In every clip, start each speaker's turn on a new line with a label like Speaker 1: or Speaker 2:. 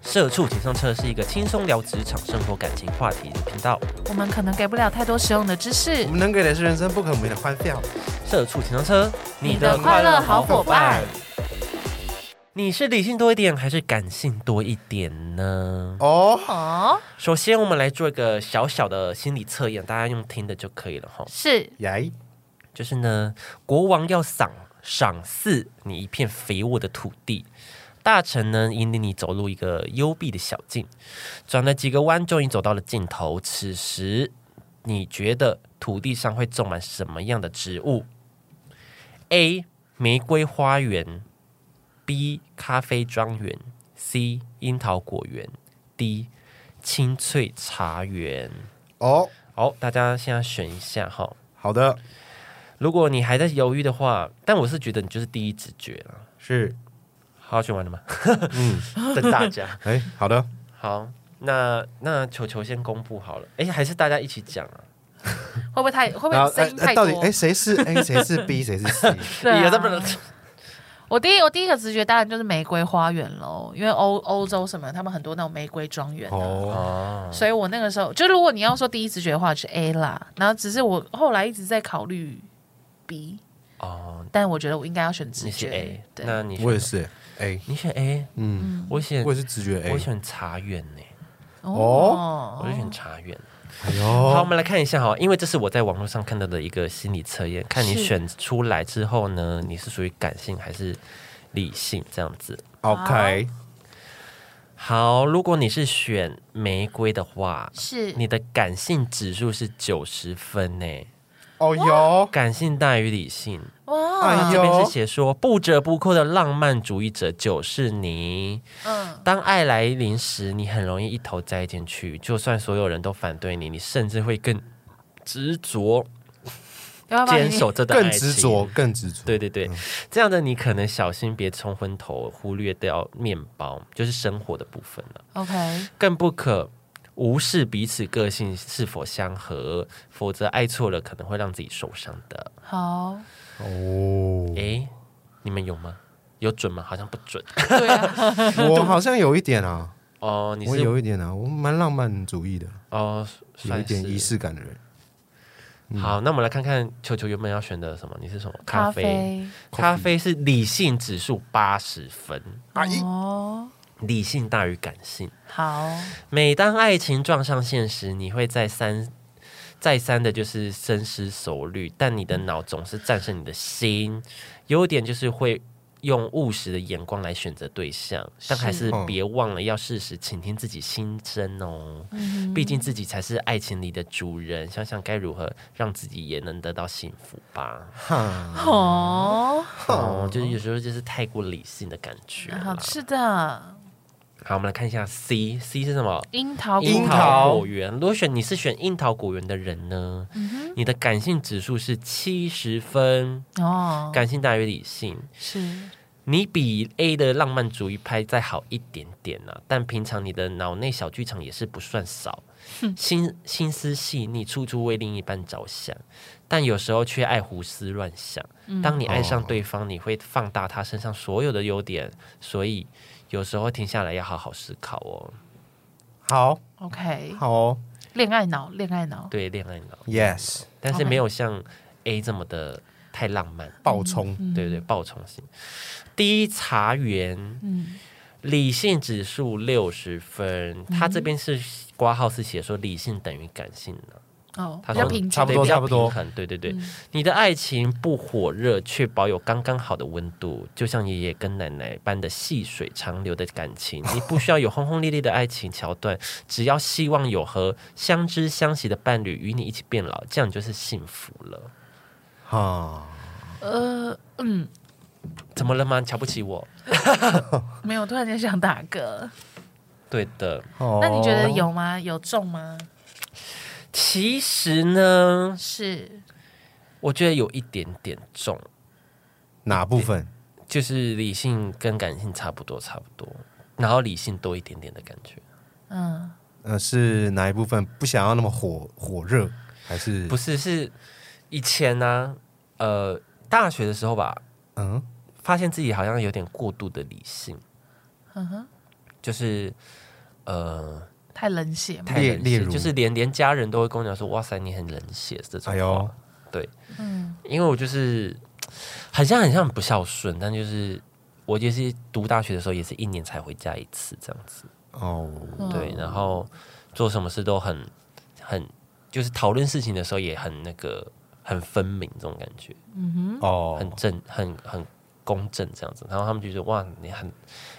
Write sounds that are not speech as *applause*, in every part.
Speaker 1: 社畜情商车是一个轻松聊职场、生活、感情话题的频道。
Speaker 2: 我们可能给不了太多实用的知识
Speaker 3: 我。们能给的是人生不可磨灭的欢笑。
Speaker 1: 社畜情商车，
Speaker 2: 你的快乐好伙伴。
Speaker 1: 你是理性多一点，还是感性多一点呢？
Speaker 3: 哦，
Speaker 2: 哦，
Speaker 1: 首先，我们来做一个小小的心理测验，大家用听的就可以了哈。
Speaker 2: 是
Speaker 3: 耶，
Speaker 1: 就是呢，国王要赏赏赐你一片肥沃的土地，大臣呢引领你走入一个幽闭的小径，转了几个弯，终于走到了尽头。此时，你觉得土地上会种满什么样的植物？A. 玫瑰花园，B. 咖啡庄园，C. 樱桃果园，D. 青翠茶园。
Speaker 3: 哦，
Speaker 1: 好，大家现在选一下哈。
Speaker 3: 好的，
Speaker 1: 如果你还在犹豫的话，但我是觉得你就是第一直觉了。
Speaker 3: 是，
Speaker 1: 好，选完了吗？
Speaker 3: 嗯，
Speaker 1: *laughs* 等大家。
Speaker 3: 哎，好的，
Speaker 1: 好，那那球球先公布好了。哎，还是大家一起讲啊？
Speaker 2: 会不会太会不
Speaker 3: 然后
Speaker 2: 会声音太
Speaker 3: 到
Speaker 2: 多
Speaker 3: 底？哎谁是 A 谁是 B 谁是 C？
Speaker 2: *laughs* 对
Speaker 1: 你
Speaker 2: 啊
Speaker 1: 有这么
Speaker 2: 我第一我第一个直觉当然就是玫瑰花园喽，因为欧欧洲什么他们很多那种玫瑰庄园啊、
Speaker 3: 哦，
Speaker 1: 哦，
Speaker 2: 所以我那个时候就如果你要说第一直觉的话是 A 啦，然后只是我后来一直在考虑 B，
Speaker 1: 哦，
Speaker 2: 但我觉得我应该要选直
Speaker 1: 你是
Speaker 2: 觉。
Speaker 1: A，
Speaker 2: 对，
Speaker 1: 那你选
Speaker 3: 我也，是 A，
Speaker 1: 你选 A，
Speaker 3: 嗯，
Speaker 1: 我选
Speaker 3: 我也是直觉哎
Speaker 1: 我
Speaker 3: A。
Speaker 1: 选茶园呢，
Speaker 3: 哦
Speaker 1: 我就选茶园。
Speaker 3: 哎
Speaker 1: 好，我
Speaker 3: 呦，
Speaker 1: 们来看一下哈，因为这是我在网络上看到的一个心理测验，看你
Speaker 2: 是
Speaker 1: 选出来之后呢，你是属于感性还是理性这样子。
Speaker 3: ，OK，
Speaker 1: 好，如果你是选玫瑰的话，
Speaker 2: 是
Speaker 1: 你的感性指数是九十分呢，
Speaker 3: 哦哟，
Speaker 1: 感性大于理性。
Speaker 2: 哇，
Speaker 3: 哎
Speaker 1: 啊这边是
Speaker 3: 呦，
Speaker 1: 写说，不折不扣的浪漫主义者就是你。
Speaker 2: 嗯，
Speaker 1: 当爱来临时，你很容易一头栽进去，就算所有人都反对你，你甚至会更执着
Speaker 2: 要不要把你
Speaker 1: 坚守这段爱
Speaker 3: 更
Speaker 1: 情
Speaker 3: 执着，。嗯更执着。
Speaker 1: 对对对，这样的你可能小心别冲昏头，忽略掉面包，就是生活的部分了。
Speaker 2: ？OK，
Speaker 1: 更不可无视彼此个性是否相合，否则爱错了可能会让自己受伤的。
Speaker 2: 好，
Speaker 3: 哦，
Speaker 1: 诶，你们有吗？有准吗？好像不准
Speaker 2: 对啊，
Speaker 3: 我好像有一点啊，
Speaker 1: 哦。你
Speaker 3: 我
Speaker 1: 是
Speaker 3: 有一点啊，我蛮浪漫主义的，
Speaker 1: 哦，
Speaker 3: 有一
Speaker 1: 算
Speaker 3: 点嗯
Speaker 1: 是
Speaker 3: 仪式感的人。
Speaker 1: 好，那我们来看看球球原本要选的什么？你是什么？
Speaker 2: 咖
Speaker 1: 啡。
Speaker 2: 啡，
Speaker 1: 咖啡是理性指数八十分，
Speaker 3: 阿姨，
Speaker 2: 哦，
Speaker 1: 理性大于感性。
Speaker 2: 好，
Speaker 1: 每当爱情撞上现实，你会再三再三的，就是深思熟虑，但你的脑总是战胜你的心。优点就是会用务实的眼光来选择对象，但还是
Speaker 3: 嗯
Speaker 1: 别忘了要适时倾听自己心声哦。
Speaker 2: 嗯
Speaker 1: 毕竟自己才是爱情里的主人，想想该如何让自己也能得到幸福吧。
Speaker 3: 哈，
Speaker 2: 哦，
Speaker 1: 哦，就是有时候就是太过理性的感觉啦
Speaker 2: 好。吃啊的
Speaker 1: 好，我们来看一下 C，C 是什么？
Speaker 2: 樱桃果
Speaker 1: 樱
Speaker 3: 樱
Speaker 1: 桃
Speaker 3: 桃
Speaker 1: 果园。如果选你是选樱桃果园的人呢，你的感性指数是七十分，
Speaker 2: 哦，
Speaker 1: 感性大于理性。
Speaker 2: 是
Speaker 1: 你比 A 的浪漫主义派再好一点点呢、但平常你的脑内小剧场也是不算少，心心思细腻，处处为另一半着想，但有时候却爱胡思乱想。当你爱上对方，你会放大他身上所有的优点，所以有时候停下来要好好思考哦。
Speaker 3: 好
Speaker 2: OK，
Speaker 3: 好哦
Speaker 2: 恋爱脑，恋爱脑，
Speaker 1: 对恋爱脑，
Speaker 3: ，Yes，
Speaker 1: 但是没有像 A 这么的太浪漫，
Speaker 3: 爆冲，
Speaker 1: 对对，爆冲型。第一茶园，
Speaker 2: 嗯
Speaker 1: 理性指数六十分，他这边是挂号是写说理性等于感性的、
Speaker 2: 哦，
Speaker 1: 他
Speaker 2: 比
Speaker 1: 说
Speaker 2: 较平均，
Speaker 3: 差不多
Speaker 1: 对比较
Speaker 3: 差不多
Speaker 1: 平衡对对对，
Speaker 2: 嗯
Speaker 1: 你的爱情不火热，却保有刚刚好的温度，就像爷爷跟奶奶般的细水长流的感情。你不需要有轰轰烈烈的爱情桥段，只要希望有和相知相惜的伴侣与你一起变老，这样你就是幸福了。
Speaker 3: 哈，
Speaker 2: 呃，嗯，
Speaker 1: 怎么了吗？你瞧不起我？
Speaker 2: 没有，突然间想打嗝。
Speaker 1: 哦对的，
Speaker 2: 那
Speaker 3: 那
Speaker 2: 你觉得有吗？有中吗？
Speaker 1: 其实呢，
Speaker 2: 是
Speaker 1: 我觉得有一点点重。
Speaker 3: 哪部分？
Speaker 1: 就是理性跟感性差不多，差不多，然后理性多一点点的感觉，
Speaker 2: 嗯，
Speaker 3: 呃，是哪一部分不想要那么火火热，还是
Speaker 1: 不是是以前呢、呃，大学的时候吧，
Speaker 3: 嗯
Speaker 1: 发现自己好像有点过度的理性，就是呃
Speaker 2: 太冷血嘛。
Speaker 1: 太
Speaker 3: 例
Speaker 1: 冷
Speaker 3: 例
Speaker 1: 血，
Speaker 3: 如
Speaker 1: 就是连连家人都会跟我讲说，哇塞，你很冷血这种
Speaker 3: 哎
Speaker 1: 话
Speaker 3: 呦，，
Speaker 1: 对，
Speaker 2: 嗯，
Speaker 1: 因为我就是很像很像不孝顺，但就是我就是读大学的时候也是一年才回家一次这样子，
Speaker 3: 哦，
Speaker 2: 嗯
Speaker 1: 对，然后做什么事都很很就是讨论事情的时候也很那个很分明这种感觉，嗯很
Speaker 3: 哦，
Speaker 1: 正很很公正这样子，然后他们就觉得哇你很，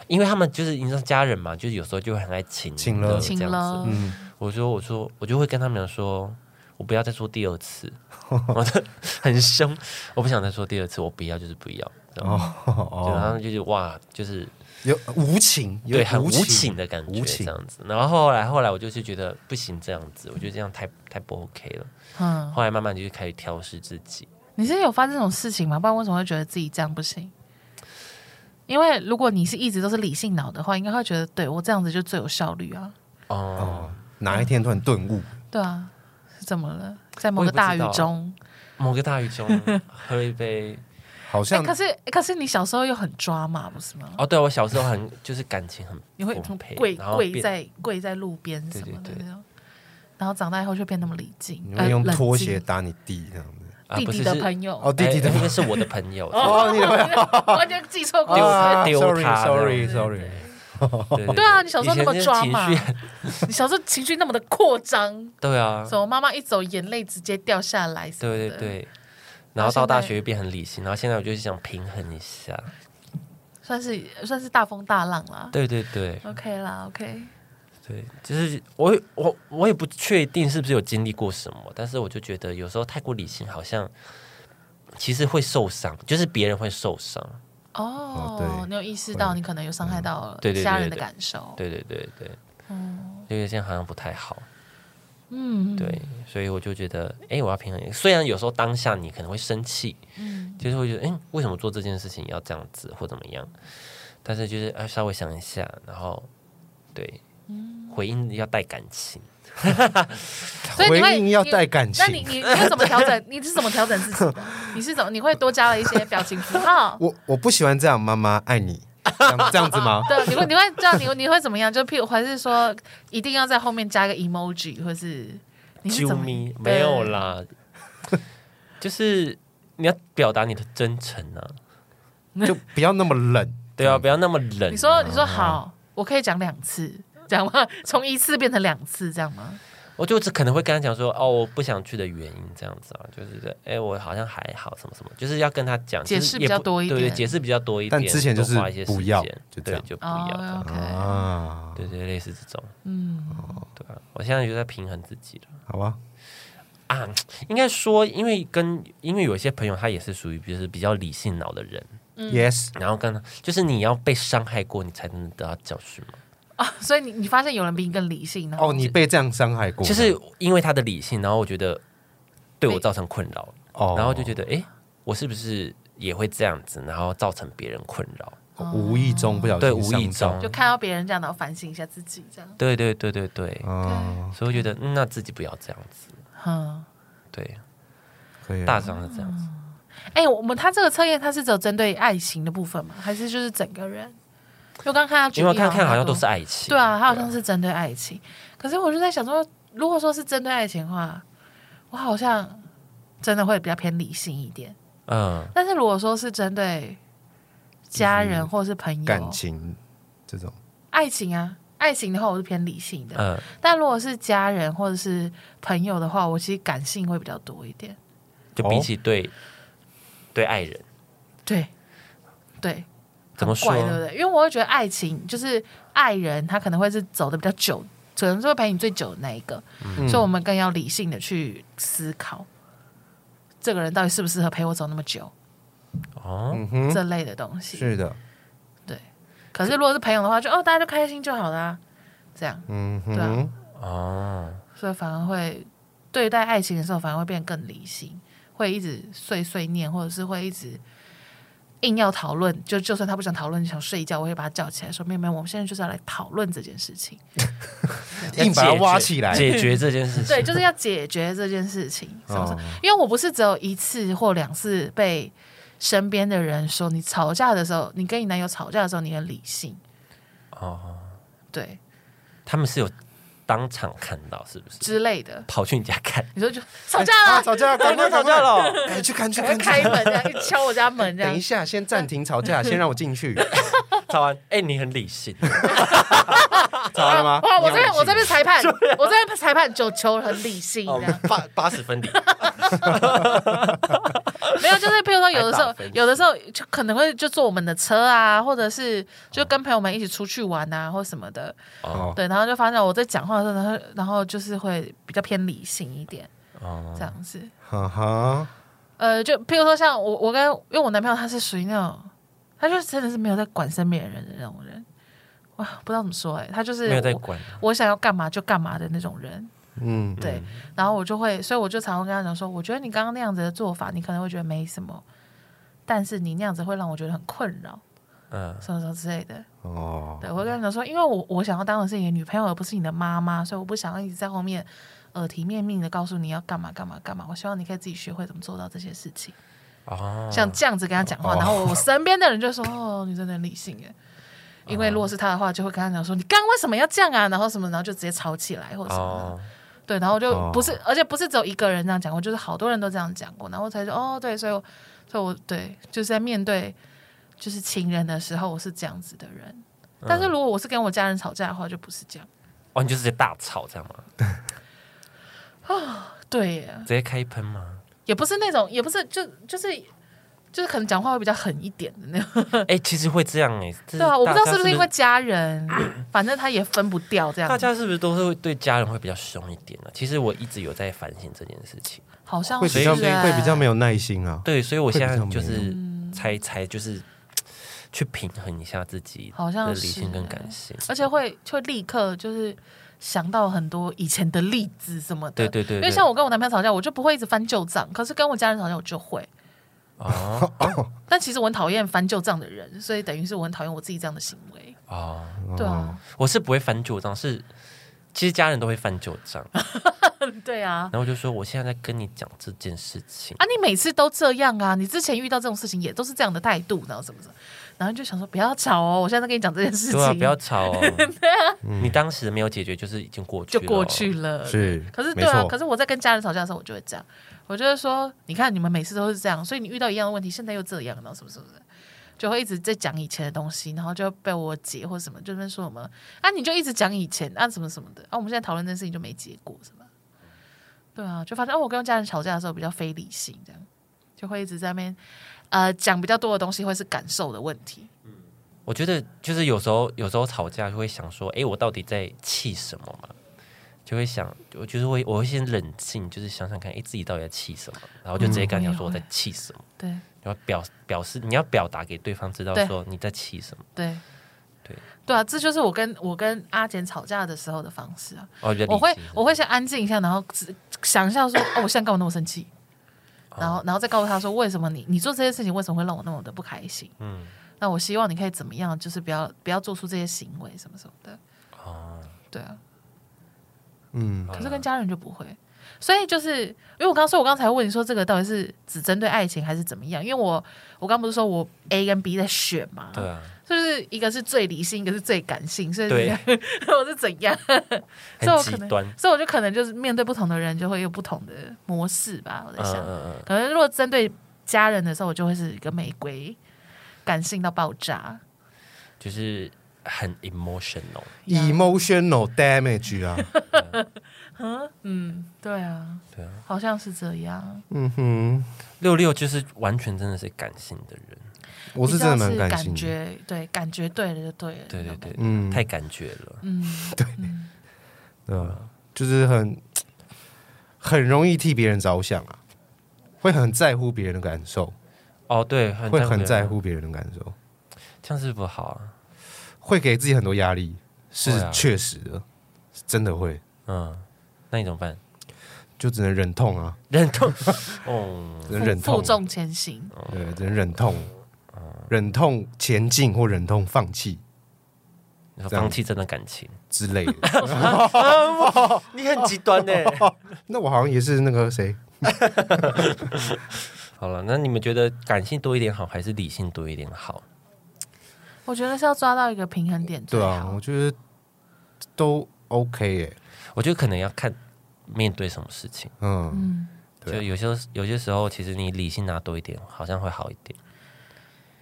Speaker 1: 因为他们就是你知道家人嘛，就是有时候就会很爱请
Speaker 3: 请
Speaker 1: 了
Speaker 3: 了
Speaker 1: *laughs* 这
Speaker 2: 请
Speaker 1: 样子
Speaker 2: 了，
Speaker 3: 嗯，
Speaker 1: 我说我说我就会跟他们讲说，我不要再说第二次， *laughs* 我的很凶，我不想再说第二次，我不要就是不要，然后、
Speaker 3: 哦
Speaker 1: 就他
Speaker 3: 哦，
Speaker 1: 们就是哇，就是
Speaker 3: 有无情，有
Speaker 1: 对很无
Speaker 3: 情
Speaker 1: 情的感觉
Speaker 3: 无情
Speaker 1: 这样子。然后后来后来我就是觉得不行这样子，我觉得这样太太不 OK 了。
Speaker 2: 嗯，
Speaker 1: 后来慢慢就是开始调试自己，
Speaker 2: 你是有发生这种事情吗？不然为什么会觉得自己这样不行？因为如果你是一直都是理性脑的话，应该会觉得对我这样子就最有效率啊。
Speaker 1: 哦、
Speaker 3: 哦。哪一天突然顿悟，
Speaker 2: 对啊，是怎么了？在某
Speaker 1: 我也
Speaker 2: 个
Speaker 1: 不知道
Speaker 2: 大雨中，
Speaker 1: 某个大雨中
Speaker 3: *laughs*
Speaker 1: 喝一杯。
Speaker 3: 好
Speaker 2: 哎、
Speaker 3: 像
Speaker 2: 可是可是你小时候又很抓嘛，不是吗？
Speaker 1: 哦，对，我小时候很 *laughs* 就是感情很
Speaker 2: 你会
Speaker 1: 丰沛，
Speaker 2: 跪
Speaker 1: 然后
Speaker 2: 跪
Speaker 1: 变
Speaker 2: 在跪在路边什么的
Speaker 1: 对对对
Speaker 2: 那种，然后长大以后就变那么理性，
Speaker 3: 你
Speaker 2: 呃
Speaker 3: 会用
Speaker 2: 冷
Speaker 3: 拖
Speaker 2: 静
Speaker 3: 鞋打你弟这样子。
Speaker 1: 啊
Speaker 2: 弟
Speaker 1: 不
Speaker 2: 弟
Speaker 1: 是
Speaker 2: 的
Speaker 1: 是
Speaker 2: 朋友，
Speaker 3: 哦，弟弟的
Speaker 1: 哎因为是我的朋友，
Speaker 3: 哦，你会
Speaker 2: *laughs* 完全记错故
Speaker 1: 丢啊
Speaker 2: 事。
Speaker 1: 他丢他
Speaker 3: ，sorry
Speaker 1: 这样
Speaker 3: sorry，
Speaker 1: 对对
Speaker 2: 啊对啊，你小时候那么抓嘛
Speaker 1: 嘛？以前那个情绪很，
Speaker 2: 你小时候情绪那么的扩张，
Speaker 1: 对 *laughs* 啊，
Speaker 2: 什么妈妈一走眼泪直接掉下来什么的，
Speaker 1: 对对对。然后到大学又变很理性，然后现在我就是想平衡一下，
Speaker 2: 算是算是大风大浪啦。
Speaker 1: 对对对
Speaker 2: OK 啦，OK，
Speaker 1: 对，就是我我我也不确定是不是有经历过什么，但是我就觉得有时候太过理性，好像其实会受伤，就是别人会受伤，
Speaker 2: 哦，
Speaker 3: 对
Speaker 2: 你有意识到你可能有伤害到了
Speaker 1: 嗯对对对
Speaker 2: 家人的
Speaker 1: 对对
Speaker 2: 感受，
Speaker 1: 对对对对，嗯，因为这样好像不太好，
Speaker 2: 嗯，
Speaker 1: 对，所以我就觉得，哎，我要平衡一下。虽然有时候当下你可能会生气，
Speaker 2: 嗯，
Speaker 1: 就是会觉得，哎，为什么做这件事情要这样子或怎么样？但是就是哎，稍微想一下，然后对，
Speaker 2: 嗯
Speaker 1: 回应要带感情。
Speaker 2: 所以你
Speaker 3: 回
Speaker 2: 会
Speaker 3: 应要带感
Speaker 2: 那你
Speaker 3: 情。
Speaker 2: 你你会怎么调整？你是怎么调整自己
Speaker 3: *laughs*
Speaker 2: 的？你是怎么？你会多加了一些表情符号？
Speaker 3: 我我不喜欢这样，妈妈爱你，
Speaker 1: *laughs*
Speaker 3: 这样这样子吗？
Speaker 2: 对，你会你会这样，你会你会怎么样？就譬如还是说，一定要在后面加个 emoji，或是你是
Speaker 1: 啾
Speaker 2: 怎么
Speaker 1: 咪？
Speaker 2: 对
Speaker 1: 没有啦， *laughs* 就是你要表达你的真诚啊，
Speaker 3: 就不要那
Speaker 1: *laughs*
Speaker 3: 么冷。
Speaker 1: 对啊，不要那么冷啊、
Speaker 2: 你说你说好，我可以讲两次，讲吗？ *laughs* 从一次变成两次，这样吗？
Speaker 1: 我就只可能会跟他讲说，哦，我不想去的原因这样子啊，就是觉得哎，我好像还好，什么什么，就是要跟他讲，
Speaker 2: 解释
Speaker 1: 就是
Speaker 2: 比较
Speaker 1: 也不
Speaker 2: 多一
Speaker 1: 对
Speaker 2: 点
Speaker 1: 对，解释比较多一点。
Speaker 3: 但之前就是
Speaker 1: 多花一些时间
Speaker 3: 不要就这
Speaker 1: 对，
Speaker 3: 样
Speaker 1: 就不要这样。
Speaker 2: 哦，OK，
Speaker 3: 啊，
Speaker 1: 对对，类似这种，
Speaker 2: 嗯，
Speaker 3: 哦
Speaker 1: 对啊，我现在就在平衡自己了
Speaker 3: 好吧，
Speaker 1: 啊。应该说，因为跟因为有一些朋友，他也是属于就是比较理性脑的人，
Speaker 2: 嗯
Speaker 3: Yes，
Speaker 1: 然后跟他就是你要被伤害过，你才能得到教训嘛。
Speaker 2: 啊，所以你你发现有人比你更理性，然后
Speaker 3: 哦，你被这样伤害过，
Speaker 1: 就是因为他的理性，然后我觉得对我造成困扰，
Speaker 3: 哦，
Speaker 1: 然后就觉得哎、诶我是不是也会这样子，然后造成别人困扰？
Speaker 3: 无意中不小心
Speaker 1: 对无意
Speaker 3: 伤到
Speaker 1: 中
Speaker 2: 就看到别人这样，然后反省一下自己，这样，
Speaker 1: 对对对对对，
Speaker 3: 哦，
Speaker 1: 所以我觉得、嗯那自己不要这样子，
Speaker 2: 嗯。
Speaker 1: 对，
Speaker 3: 可以
Speaker 1: 大张的这样子。
Speaker 2: 哎、我们他这个测验，它是只有针对爱情的部分吗？还是就是整个人？因为我刚看他举
Speaker 1: 因
Speaker 2: 例
Speaker 1: 为我看看好像
Speaker 2: 多
Speaker 1: 都是爱情，
Speaker 2: 对啊，他好像是针对爱情。可是我就在想说，如果说是针对爱情的话，我好像真的会比较偏理性一点。
Speaker 1: 嗯，
Speaker 2: 但是如果说是针对家人或是朋友、
Speaker 3: 感情这种
Speaker 2: 爱情啊，爱情的话我是偏理性的。
Speaker 1: 嗯
Speaker 2: 但如果是家人或者是朋友的话，我其实感性会比较多一点。
Speaker 1: 就比起对、对爱人，
Speaker 2: 对，对，
Speaker 1: 怎么
Speaker 2: 很怪
Speaker 1: 说
Speaker 2: 对不对？因为我会觉得爱情就是爱人，他可能会是走的比较久，可能是会陪你最久的那一个，
Speaker 3: 嗯
Speaker 2: 所以我们更要理性的去思考，这个人到底适不适合陪我走那么久、
Speaker 1: 哦，
Speaker 3: 嗯哼，
Speaker 2: 这类的东西。
Speaker 3: 是的，
Speaker 2: 可是如果是朋友的话，就哦大家就开心就好啦，这样，
Speaker 3: 嗯
Speaker 2: 对啊
Speaker 3: 哼，
Speaker 1: 哦，
Speaker 2: 所以反而会对待爱情的时候，反而会变更理性，会一直碎碎念，或者是会一直。硬要讨论，就就算他不想讨论，想睡觉，我会把他叫起来说：“妹妹，我们现在就是要来讨论这件事情。”
Speaker 1: 要
Speaker 3: 硬把它
Speaker 1: 解决
Speaker 3: 挖起来
Speaker 1: 解决这件事情，
Speaker 2: 对，就是要解决这件事情。什么什么
Speaker 3: 哦
Speaker 2: 因为我不是只有一次或两次被身边的人说，你吵架的时候，你跟你男友吵架的时候，你很理性。
Speaker 1: 哦，
Speaker 2: 对
Speaker 1: 他们是有当场看到，是不是？
Speaker 2: 之类的。
Speaker 1: 跑去你家看，
Speaker 2: 你说就吵架
Speaker 3: 啊
Speaker 2: 了，
Speaker 3: 吵架了，赶快
Speaker 1: 吵架，了，
Speaker 3: 赶快赶去看去
Speaker 2: 赶快
Speaker 3: 看去。
Speaker 2: 开门这
Speaker 3: *laughs*
Speaker 2: 样，一直敲我家门这
Speaker 3: 等
Speaker 2: 样
Speaker 3: 一。下，先暂停吵架，先让我
Speaker 2: *laughs*
Speaker 3: 进去。
Speaker 1: 吵完，哎、你很理性，
Speaker 3: 吵完了吗？
Speaker 2: 啊
Speaker 3: 啊
Speaker 2: 哇，我这
Speaker 3: 你
Speaker 2: 边
Speaker 3: 有
Speaker 2: 我这边裁
Speaker 3: *laughs*
Speaker 2: 判，我这边裁判就球很理性这
Speaker 3: 哦
Speaker 2: 样。
Speaker 1: 八八十分理，
Speaker 2: 没有，就是譬如说，有的
Speaker 1: 还
Speaker 2: 时
Speaker 1: 打
Speaker 2: 候
Speaker 1: 分，
Speaker 2: 有的时候就可能会就坐我们的车啊，或者是就跟朋友们一起出去玩啊，或什么的。
Speaker 3: 哦，
Speaker 2: 对，然后就发现我在讲话的时候，然后然后就是会比较偏理性一点，
Speaker 1: 哦，
Speaker 2: 这样子。
Speaker 3: 哈哈，
Speaker 2: 呃，就譬如说像我，我跟因为我男朋友他是属于那种，他就真的是没有在管身边的人的那种人。哇，不知道怎么说哎、他就是
Speaker 1: 没有在
Speaker 2: 我
Speaker 1: 管，
Speaker 2: 我想要干嘛就干嘛的那种人。
Speaker 3: 嗯，
Speaker 2: 对，然后我就会，所以我就常常跟他讲说，我觉得你刚刚那样子的做法，你可能会觉得没什么，但是你那样子会让我觉得很困扰，
Speaker 1: 嗯，
Speaker 2: 什么什么之类的。
Speaker 3: 哦，
Speaker 2: 对，我会跟他讲说，因为我我想要当的是你的女朋友，而不是你的妈妈，所以我不想要一直在后面耳提面命的告诉你要干嘛干嘛干嘛。我希望你可以自己学会怎么做到这些事情，
Speaker 1: 哦，
Speaker 2: 像这样子跟他讲话，
Speaker 3: 哦
Speaker 2: 然后我我身边的人就说，哦，你真的很理性耶。因为如果是他的话，就会跟他讲说，你刚刚为什么要这样啊？然后什么，然后就直接吵起来或者什么的。
Speaker 1: 哦，
Speaker 2: 对，然后就
Speaker 3: 哦
Speaker 2: 不是，而且不是只有一个人这样讲过，就是好多人都这样讲过，然后我才说哦，对，所以我，所以我对，就是在面对就是情人的时候，我是这样子的人。
Speaker 3: 嗯
Speaker 2: 但是如果我是跟我家人吵架的话，就不是这样。
Speaker 1: 哦，你就直接大吵这样吗？
Speaker 2: 对耶，
Speaker 1: 直接开喷
Speaker 2: *laughs*
Speaker 1: 吗？
Speaker 2: 也不是那种，也不是就就是就是可能讲话会比较狠一点的那种。
Speaker 1: 哎、其实会这样哎、这
Speaker 2: 对啊，我不知道
Speaker 1: 大家
Speaker 2: 是
Speaker 1: 是
Speaker 2: 不是因为家人，反正他也分不掉这
Speaker 1: 大
Speaker 2: 样。
Speaker 1: 家是不是都是会对家人会比较凶一点呢、啊其实我一直有在反省这件事情，
Speaker 2: 好像
Speaker 3: 会
Speaker 2: 哦是啊
Speaker 3: 比较
Speaker 2: 耶
Speaker 3: 会比较没有耐心啊。
Speaker 1: 对，所以我现在就
Speaker 3: 会比较
Speaker 1: 是才才就是去平衡一下自己
Speaker 2: 好像
Speaker 1: 的理
Speaker 2: 是
Speaker 1: 性跟
Speaker 2: 欸
Speaker 1: 感性，
Speaker 2: 而且会会立刻就是想到很多以前的例子什么的。
Speaker 1: 对对对对
Speaker 2: 因为像我跟我男朋友吵架，我就不会一直翻旧账，可是跟我家人吵架我就会。
Speaker 1: 哦
Speaker 2: 但其实我很讨厌翻旧账的人，所以等于是我很讨厌我自己这样的行为。
Speaker 1: 哦，
Speaker 2: 对啊，
Speaker 1: 我是不会翻旧账，是其实家人都会翻旧
Speaker 2: *laughs*
Speaker 1: 账，
Speaker 2: 对啊，
Speaker 1: 然后我就说我现在在跟你讲这件事情，
Speaker 2: 啊，你每次都这样啊，你之前遇到这种事情也都是这样的态度，然后什么什么，然后就想说不要吵哦，我现在在跟你讲这件事情，
Speaker 1: 对啊，不要吵
Speaker 2: *laughs*
Speaker 1: 哦，你当时没有解决就是已经过去
Speaker 2: 啊
Speaker 1: 了
Speaker 2: 就
Speaker 1: 哦，
Speaker 2: 过去了。
Speaker 3: 是
Speaker 2: 可是
Speaker 3: 没
Speaker 2: 对啊，
Speaker 3: 错
Speaker 2: 可是我在跟家人吵架的时候，我就会这样，我就会说，你看你们每次都是这样，所以你遇到一样的问题，现在又这样，然后什么什么的，就会一直在讲以前的东西，然后就被我姐或什么就是说什么啊，你就一直讲以前啊什么什么的啊，我们现在讨论这件事情就没结果啊什么，对啊，就发现哦、我跟家人吵架的时候比较非理性，这样就会一直在那边呃讲比较多的东西，会是感受的问题，
Speaker 1: 我觉得就是有时候有时候吵架就会想说，诶，我到底在气什么嘛？就会想，我就是会我会先冷静，就是想想看，诶，自己到底在气什么，然后就直接跟他讲说
Speaker 2: 嗯
Speaker 1: 我在气什么，
Speaker 2: 对
Speaker 1: 然后表表示你要表达给对方知道
Speaker 2: 对
Speaker 1: 说你在气什么。
Speaker 2: 对
Speaker 1: 对
Speaker 2: 对啊，这就是我跟我跟阿简吵架的时候的方式啊。
Speaker 1: 哦，
Speaker 2: 我会我
Speaker 1: 会
Speaker 2: 会先安静一下，然后只想一下说，哦，我现在干嘛那么生气？然后，然后再告诉他说，为什么你你做这些事情为什么会让我那么的不开心？嗯，那我希望你可以怎么样，就是不要不要做出这些行为什么什么的。对啊，
Speaker 3: 嗯，
Speaker 2: 可是跟家人就不会，所以就是因为我刚说，我刚才问你说这个到底是只针对爱情还是怎么样？因为我我刚不是说我 A 跟 B 在选嘛，
Speaker 1: 对啊，
Speaker 2: 就是一个是最理性，一个是最感性，所以
Speaker 1: 对
Speaker 2: *laughs* 我是怎样？所以
Speaker 1: 很
Speaker 2: 我
Speaker 1: 极
Speaker 2: 可能
Speaker 1: 端。
Speaker 2: 所以我就可能就是面对不同的人，就会有不同的模式吧。我在
Speaker 1: 嗯
Speaker 2: 想，
Speaker 1: 嗯嗯，
Speaker 2: 可能如果针对家人的时候，我就会是一个玫瑰，感性到爆炸。
Speaker 1: 就是很 emotional。
Speaker 3: emotional
Speaker 2: *laughs*
Speaker 3: damage 啊，
Speaker 2: 对啊，
Speaker 1: 对啊，
Speaker 2: 好像是这样。
Speaker 3: 嗯哼，
Speaker 1: 六六就是完全真的是感性的人，
Speaker 3: 我是真的蛮
Speaker 2: 比较是
Speaker 3: 感
Speaker 2: 感
Speaker 3: 性的，
Speaker 2: 觉对，感觉对了就对了。
Speaker 1: 对对对，
Speaker 3: 嗯
Speaker 1: 太感觉了。
Speaker 3: 对啊，就是很很容易替别人着想啊，会很在乎别人的感受，
Speaker 1: 哦，对，很
Speaker 3: 会很
Speaker 1: 别人
Speaker 3: 在，乎别人的感受，
Speaker 1: 这样是不好啊。
Speaker 3: 会给自己很多压力，是
Speaker 1: 会啊
Speaker 3: 确实的，是真的会，
Speaker 1: 嗯，那你怎么办？
Speaker 3: 就只能忍痛啊，
Speaker 1: 忍痛。 *laughs* 哦，
Speaker 3: 只能
Speaker 2: 负
Speaker 3: 忍
Speaker 2: 负
Speaker 3: 痛，嗯
Speaker 2: 重前行，
Speaker 3: 对，只能忍痛，忍痛前进或忍痛放弃
Speaker 1: 你说
Speaker 3: 这样
Speaker 1: 放弃这段感情，
Speaker 3: 之类
Speaker 2: *laughs*
Speaker 3: 的。
Speaker 1: 你很极端呢。欸
Speaker 3: 那我好像也是那个谁，
Speaker 1: *laughs* 好了，那你们觉得感性多一点好，还是理性多一点好？
Speaker 2: 我觉得是要抓到一个平衡点最
Speaker 3: 对啊
Speaker 2: 好。
Speaker 3: 啊，我觉得都 OK 耶、
Speaker 1: 我觉得可能要看面对什么事情，
Speaker 3: 嗯，
Speaker 2: 嗯，
Speaker 3: 对啊
Speaker 1: 就有些有些时候，其实你理性拿多一点，好像会好一点。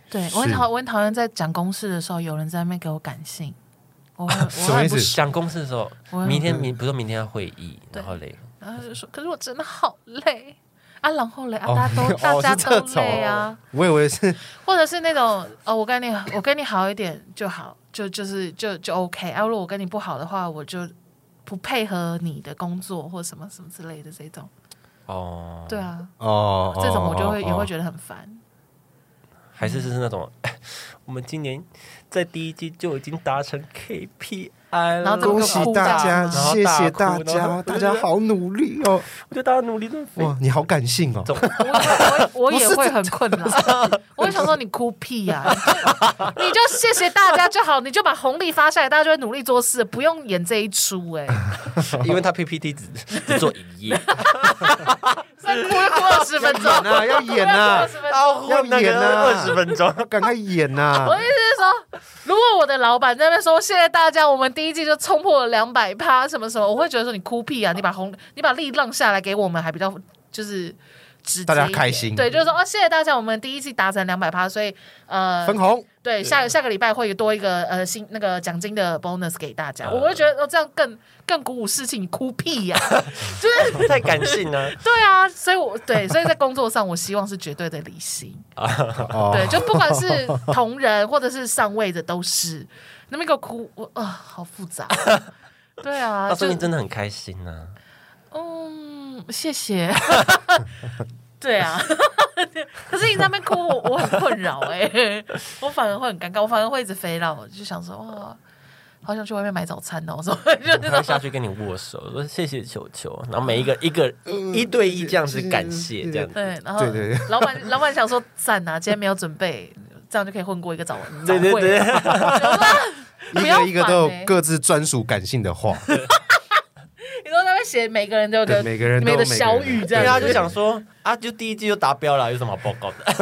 Speaker 2: 对
Speaker 3: 是
Speaker 2: 我很讨我很讨厌在讲公事的时候有人在那边给我感性，我
Speaker 3: *laughs*
Speaker 2: 很
Speaker 3: 什
Speaker 2: 我
Speaker 3: 么
Speaker 2: 很
Speaker 3: 意思
Speaker 2: 不
Speaker 1: 讲公司的时候，
Speaker 2: 我
Speaker 1: 明
Speaker 2: 很
Speaker 1: 天明不是明天要会议，然后嘞，
Speaker 2: 然后就说，可是我真的好累啊，然后累啊，
Speaker 3: 哦
Speaker 2: 大家都、
Speaker 3: 哦是
Speaker 2: 大家
Speaker 3: 这
Speaker 2: 都
Speaker 3: 种
Speaker 2: 累啊，
Speaker 3: 我以为是
Speaker 2: 或者是那种哦，我跟你我跟你好一点就好，就就是就就 OK 啊，如果我跟你不好的话，我就不配合你的工作或什么什么之类的这种，
Speaker 1: 哦，
Speaker 2: 对啊，
Speaker 3: 哦，
Speaker 2: 这种我就会也会
Speaker 3: 得
Speaker 2: 觉得很烦。
Speaker 1: 还是就是那种， *laughs* 我们今年在第一季就已经达成 KPI 了，
Speaker 2: 然后怎么
Speaker 3: 哦恭
Speaker 2: 给
Speaker 3: 喜
Speaker 2: 我哭
Speaker 3: 大家，
Speaker 2: 然
Speaker 1: 后
Speaker 3: 谢
Speaker 1: 大
Speaker 3: 谢大
Speaker 1: 哭然后
Speaker 3: 家，大家好努力
Speaker 1: *laughs*
Speaker 3: 哦，
Speaker 1: 我觉得大家努力都
Speaker 3: 哇，你好感性哦，
Speaker 1: 总
Speaker 2: 我我
Speaker 3: *laughs*
Speaker 2: 我也会很困扰，我会想说你哭屁呀、你就谢谢大家就好，你就把红利发下来，大家就会努力做事，不用演这一出
Speaker 3: *laughs*
Speaker 2: 哎、欸，
Speaker 1: *laughs* 因为他 PPT 只只做一 *laughs* 页，
Speaker 2: 再哭就哭二十分钟，
Speaker 3: 演啊，要演啊 *laughs*
Speaker 2: 二，十分钟。
Speaker 1: 要
Speaker 3: 混那个
Speaker 1: 二十
Speaker 3: 20
Speaker 1: 分钟，
Speaker 3: 赶快演啊呐
Speaker 2: 我的意！思是说，如果我的老板在那边说，谢谢大家，我们第一季就冲破了两百趴，什么什么，我会觉得说你哭屁啊，你把红，你把力让下来给我们，还比较就是直接一点，
Speaker 3: 大家开心
Speaker 2: 对，就是说哦，谢谢大家，我们第一季达成两百趴，所以呃，
Speaker 3: 分红，
Speaker 2: 对，下下个礼拜会有多一个呃新那个奖金的 bonus 给大
Speaker 3: 啊
Speaker 2: 家，我会觉得哦这样更更鼓舞士气，你哭屁
Speaker 3: *laughs*
Speaker 2: 呀、就
Speaker 1: *laughs*
Speaker 2: 是
Speaker 1: 太感性了。
Speaker 2: 对啊，所以我对，所以在工作上我希望是绝对的理性，
Speaker 3: 哦
Speaker 2: 对，就不管
Speaker 3: *laughs*
Speaker 2: 是同仁或者是上位的都是，那么给我哭，我啊、好复
Speaker 3: *laughs*
Speaker 2: 杂，对啊，
Speaker 1: 他说
Speaker 2: 就
Speaker 1: 你真的很开心啊呐、
Speaker 2: 嗯谢谢， *laughs* 对啊。 *laughs* 可是你在那边哭，我我很困扰哎、我反而会很尴尬，我反而会一直飞到，我就想说哇，好想去外面买早餐哦， *laughs* 什么就
Speaker 1: 他会下去跟你握手，说谢谢球球，然后每一个一个一对一这样子感谢，这样子。
Speaker 2: 对，然后
Speaker 3: 对对对
Speaker 2: 老板老板想说赞啊，今天没有准备，这样就可以混过一个早晚
Speaker 1: 对对对，
Speaker 3: *laughs* 一
Speaker 2: 不要
Speaker 3: 个一个都
Speaker 2: 烦欸
Speaker 3: 有各自专属感性的 *laughs* 话，
Speaker 2: *laughs* 你说那边写每个人都有个
Speaker 3: 对每个人都有
Speaker 2: 每个
Speaker 3: 每个人
Speaker 2: 小雨这
Speaker 1: 对
Speaker 2: 样，
Speaker 1: 啊，就想说啊，就第一季就达标了，有什么好报告的？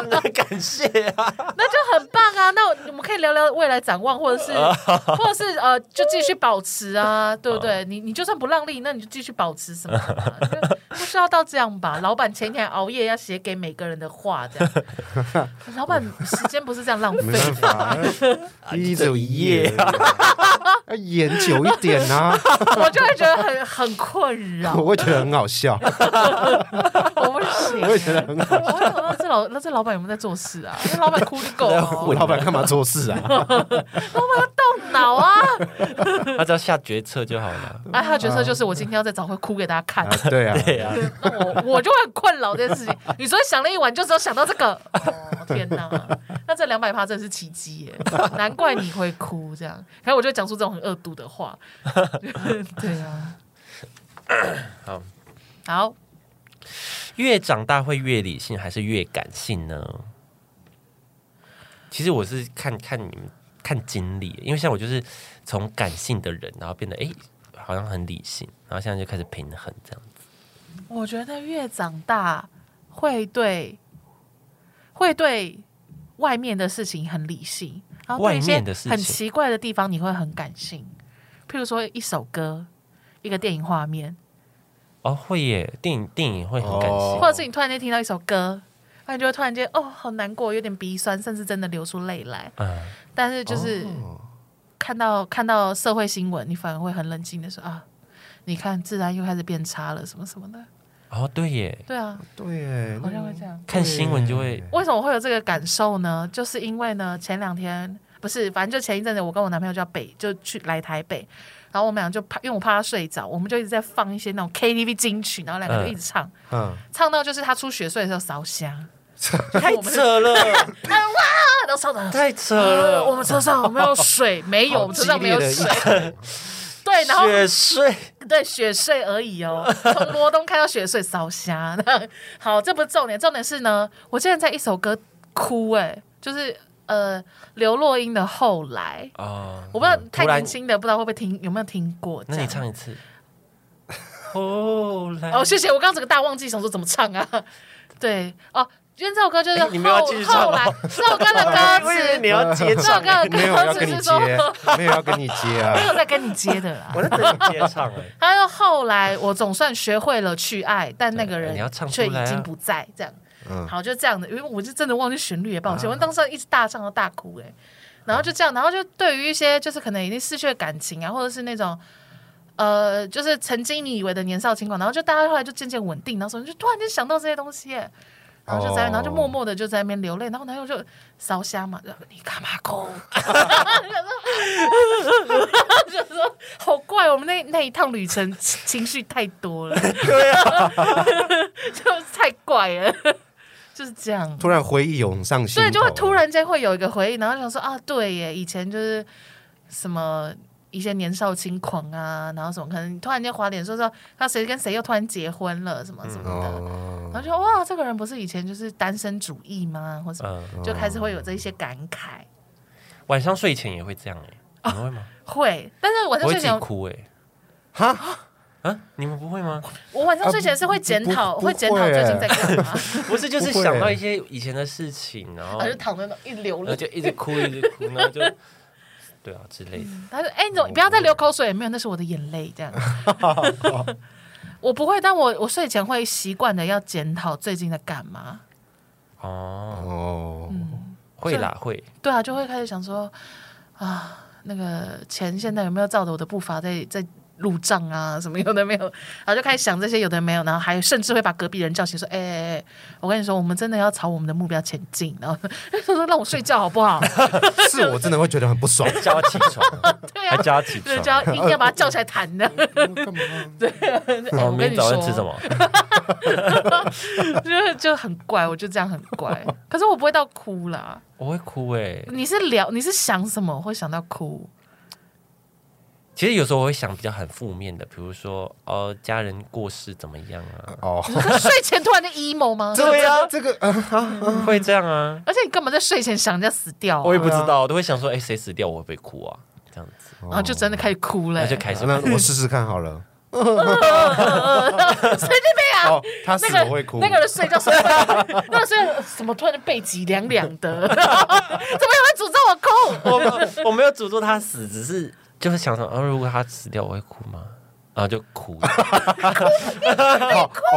Speaker 1: 真的很感谢啊！
Speaker 2: 那就很棒啊！那我们可以聊聊未来展望，或
Speaker 3: *laughs*
Speaker 2: 者是，或者是呃，就继续保持啊，对不对？你你就算不让利，那你就继续保持什么的嘛、就不需要到这样吧？老板前一天熬夜要写给每个人的话，这样，
Speaker 3: *laughs*
Speaker 2: 老板时间不是这样浪
Speaker 3: 没
Speaker 2: 费
Speaker 3: 办
Speaker 2: 的。
Speaker 3: 法，一只有一页
Speaker 1: 一，
Speaker 3: 啊 *laughs* 要演久一点啊！ *laughs*
Speaker 2: 我就会觉得很很困扰，
Speaker 3: 我会觉得很好 *laughs* 笑，
Speaker 2: 我不行、
Speaker 3: 我会觉得很好。
Speaker 2: 我想到这老那这老板有没有在做事
Speaker 3: *laughs*
Speaker 2: 啊？那老板哭就够了哦，
Speaker 3: 我老板干嘛做事 *laughs* 啊？
Speaker 2: 动脑啊！
Speaker 1: *laughs* 他只要下决策就好了。
Speaker 2: 哎，他的角色就是我今天要在早会哭给大家看
Speaker 3: 啊。对啊，
Speaker 1: 对啊，
Speaker 2: 那我我就会很困扰这
Speaker 1: *laughs*
Speaker 2: 件事情。你昨天想了一晚，就只有想到这个。哦，天哪！那这两百趴真的是奇迹耶，难怪你会哭这样。然后我就讲出这种很恶毒的
Speaker 1: *laughs*
Speaker 2: 话。对啊，
Speaker 1: 好，
Speaker 2: 好，
Speaker 1: 越长大会越理性还是越感性呢？其实我是看看你们看经历，因为像我就是从感性的人，然后变得哎、诶好像很理性，然后现在就开始平衡这样。
Speaker 2: 我觉得越长大会对会对外面的事情很理性，然后对一
Speaker 1: 外
Speaker 2: 些
Speaker 1: 面的事情
Speaker 2: 很奇怪的地方你会很感性，譬如说一首歌、一个电影画面，
Speaker 1: 哦，会耶，电影电影会很感性，
Speaker 3: 哦
Speaker 2: 或者是你突然间听到一首歌，那你就会突然间哦，好难过，有点鼻酸，甚至真的流出泪来。
Speaker 1: 嗯，
Speaker 2: 但是就是看到、看到社会新闻，你反而会很冷静的说啊，你看治安又开始变差了，什么什么的。
Speaker 1: 哦，对耶，
Speaker 2: 对啊，
Speaker 3: 对耶，
Speaker 2: 好像会这样。
Speaker 1: 看新闻就会
Speaker 2: 为什么会有这个感受呢？就是因为呢，前两天不是，反正就前一阵子，我跟我男朋友就要北就去来台北，然后我们俩就怕，因为我怕他睡着，我们就一直在放一些那种 KTV 金曲，然后两个就一直唱，
Speaker 3: 嗯，
Speaker 2: 唱到就是他出血睡的时候烧香。啊
Speaker 1: *laughs* 太扯了，
Speaker 2: 都烧到
Speaker 1: 太
Speaker 2: *laughs*
Speaker 1: 扯
Speaker 2: 呃，我
Speaker 1: 了，
Speaker 2: 们车上有没有水？
Speaker 1: *laughs*
Speaker 2: 没有，我们车上没有水。对，然后
Speaker 1: 血税，
Speaker 2: 对雪睡而已哦，从罗东开到雪睡烧虾。好，这不是重点，重点是呢，我竟然在一首歌哭哎、就是呃刘若英的《后来》，
Speaker 1: 哦，
Speaker 2: 我不知道
Speaker 1: 嗯
Speaker 2: 太年。
Speaker 1: 突然
Speaker 2: 轻的不知道会不会听有没有听过。
Speaker 1: 那
Speaker 2: 这
Speaker 1: 你
Speaker 2: 样
Speaker 1: 唱一次。后来
Speaker 2: 哦，谢谢，我刚刚整个大忘记，想说怎么唱啊？对哦，因为这首歌就是
Speaker 1: 哎你们要
Speaker 2: 后
Speaker 1: 继续唱
Speaker 2: 后
Speaker 1: 吗
Speaker 2: 来这首歌的歌
Speaker 1: *laughs* 我以为
Speaker 2: 词
Speaker 1: 你，要接
Speaker 2: 这首
Speaker 1: 唱
Speaker 2: 歌，的
Speaker 3: 没有要 *laughs*
Speaker 2: 歌词
Speaker 3: 跟你
Speaker 2: 是
Speaker 3: 接
Speaker 2: 说， *laughs*
Speaker 3: 没有要跟你接
Speaker 2: 没
Speaker 3: 啊。
Speaker 2: 有在跟你接的啦。
Speaker 1: 我在等你接唱哎、
Speaker 2: 他说后来我总算学会了去爱，但那个
Speaker 1: 对
Speaker 2: 人
Speaker 1: 你要唱出
Speaker 2: 却
Speaker 1: 来
Speaker 2: 已
Speaker 1: 啊
Speaker 2: 经不在，这样。
Speaker 3: 嗯，
Speaker 2: 好，就这样的，因为我是真的忘记旋律，也抱歉，我当时一直大唱到大哭哎、然后就这样，然后就对于一些就是可能已经逝去的感情啊，或者是那种呃，就是曾经你以为的年少轻狂，然后就大家后来就渐渐稳定，然后所以就突然间想到这些东西、哎然后就在，
Speaker 3: 哦
Speaker 2: 然后就默默的就在那边流泪，然后男友就烧瞎嘛，就说你干嘛哭？就说就说好怪，我们那那一趟旅程情情绪太多
Speaker 1: *laughs*
Speaker 2: 了，
Speaker 1: 啊
Speaker 2: 就是太怪了，就是这样。
Speaker 3: 突然回忆涌上心头，
Speaker 2: 对，就会突然间会有一个回忆，然后想说啊，对耶，以前就是什么一些年少轻狂啊，然后什么，可能突然间滑脸说说他谁跟谁又突然结婚了，什么什么的，
Speaker 1: 嗯
Speaker 3: 哦，
Speaker 2: 然后就哇，这个人不是以前就是单身主义吗？或什么，
Speaker 1: 嗯，
Speaker 2: 就开始会有这一些感慨。
Speaker 1: 晚上睡前也会这样哎、你们会吗？
Speaker 2: 会，但是晚
Speaker 1: 我
Speaker 2: 上
Speaker 1: 会
Speaker 2: 睡
Speaker 1: 自
Speaker 2: 前
Speaker 1: 己，哭哎、
Speaker 3: 哈，
Speaker 1: 啊，你们不会吗？
Speaker 2: 我晚上睡前是会检讨，
Speaker 3: 啊不不
Speaker 2: 会检讨
Speaker 3: 不会
Speaker 2: 最近在干嘛，
Speaker 1: *laughs* 不是，就是
Speaker 3: 不会
Speaker 1: 想到一些以前的事情，然后
Speaker 2: 啊然后就躺在那一流
Speaker 1: 然后
Speaker 2: 泪。
Speaker 1: 就一直哭，一直哭，然后就 *laughs* 对啊之类的。
Speaker 2: 他说：“哎、你怎么你不要再流口水？没有，那是我的眼泪。”这样，我不会，但我我睡前会习惯的要检讨最近在干嘛。
Speaker 1: 哦，
Speaker 3: 哦，
Speaker 1: 会啦，会。
Speaker 2: 对啊，就会开始想说啊，那个钱现在有没有照着我的步伐在在入账啊？什么有的没有，然后就开始想这些有的没有，然后还甚至会把隔壁人叫醒，说：“哎哎哎，我跟你说，我们真的要朝我们的目标前进。”然后 *laughs* 他说：“让我睡觉好不好 *laughs*
Speaker 3: 是我真的会觉得很不爽。
Speaker 1: 叫他起床，？”
Speaker 2: 对
Speaker 1: 还
Speaker 2: 啊。
Speaker 1: 叫他起
Speaker 2: 对，
Speaker 1: 床。
Speaker 2: 就要硬要把他叫起来谈 *laughs* 的。
Speaker 3: 干嘛？
Speaker 2: 哎
Speaker 1: 我
Speaker 2: 我
Speaker 1: 哦明
Speaker 2: 跟你
Speaker 1: 天
Speaker 2: 说
Speaker 1: 早，上吃什么？
Speaker 2: *laughs* 就就很怪，我就这样很怪。可是我不会到哭啦。
Speaker 1: 我会哭哎。
Speaker 2: 你是聊，你是想什么会想到哭？
Speaker 1: 其实有时候我会想比较很负面的，比如说哦，家人过世怎么样啊？
Speaker 3: *laughs* 哦，
Speaker 2: 你在睡前突然就 emo 吗？
Speaker 3: 对啊，这个呃
Speaker 1: 会这样啊？
Speaker 2: 而且你干嘛在睡前想人家死掉、啊？
Speaker 1: 我也不知道，我都会想说，哎，谁死掉我会不会哭啊？这样子，
Speaker 2: 然后就真的开始哭了、
Speaker 1: 然
Speaker 2: 欸。
Speaker 1: 后就开始
Speaker 3: 那我试试看好了。
Speaker 2: *laughs* 神经病啊！
Speaker 3: 哦，他死
Speaker 2: 那个
Speaker 3: 我会哭。
Speaker 2: 那个人睡觉睡到，那个睡什么突然就背脊凉凉的， *laughs* 怎么有人诅咒我哭？
Speaker 1: 我没我没有 *laughs* 诅咒他死，只是就是想说，啊，如果他死掉我会哭吗？然后就哭， *laughs*
Speaker 3: 好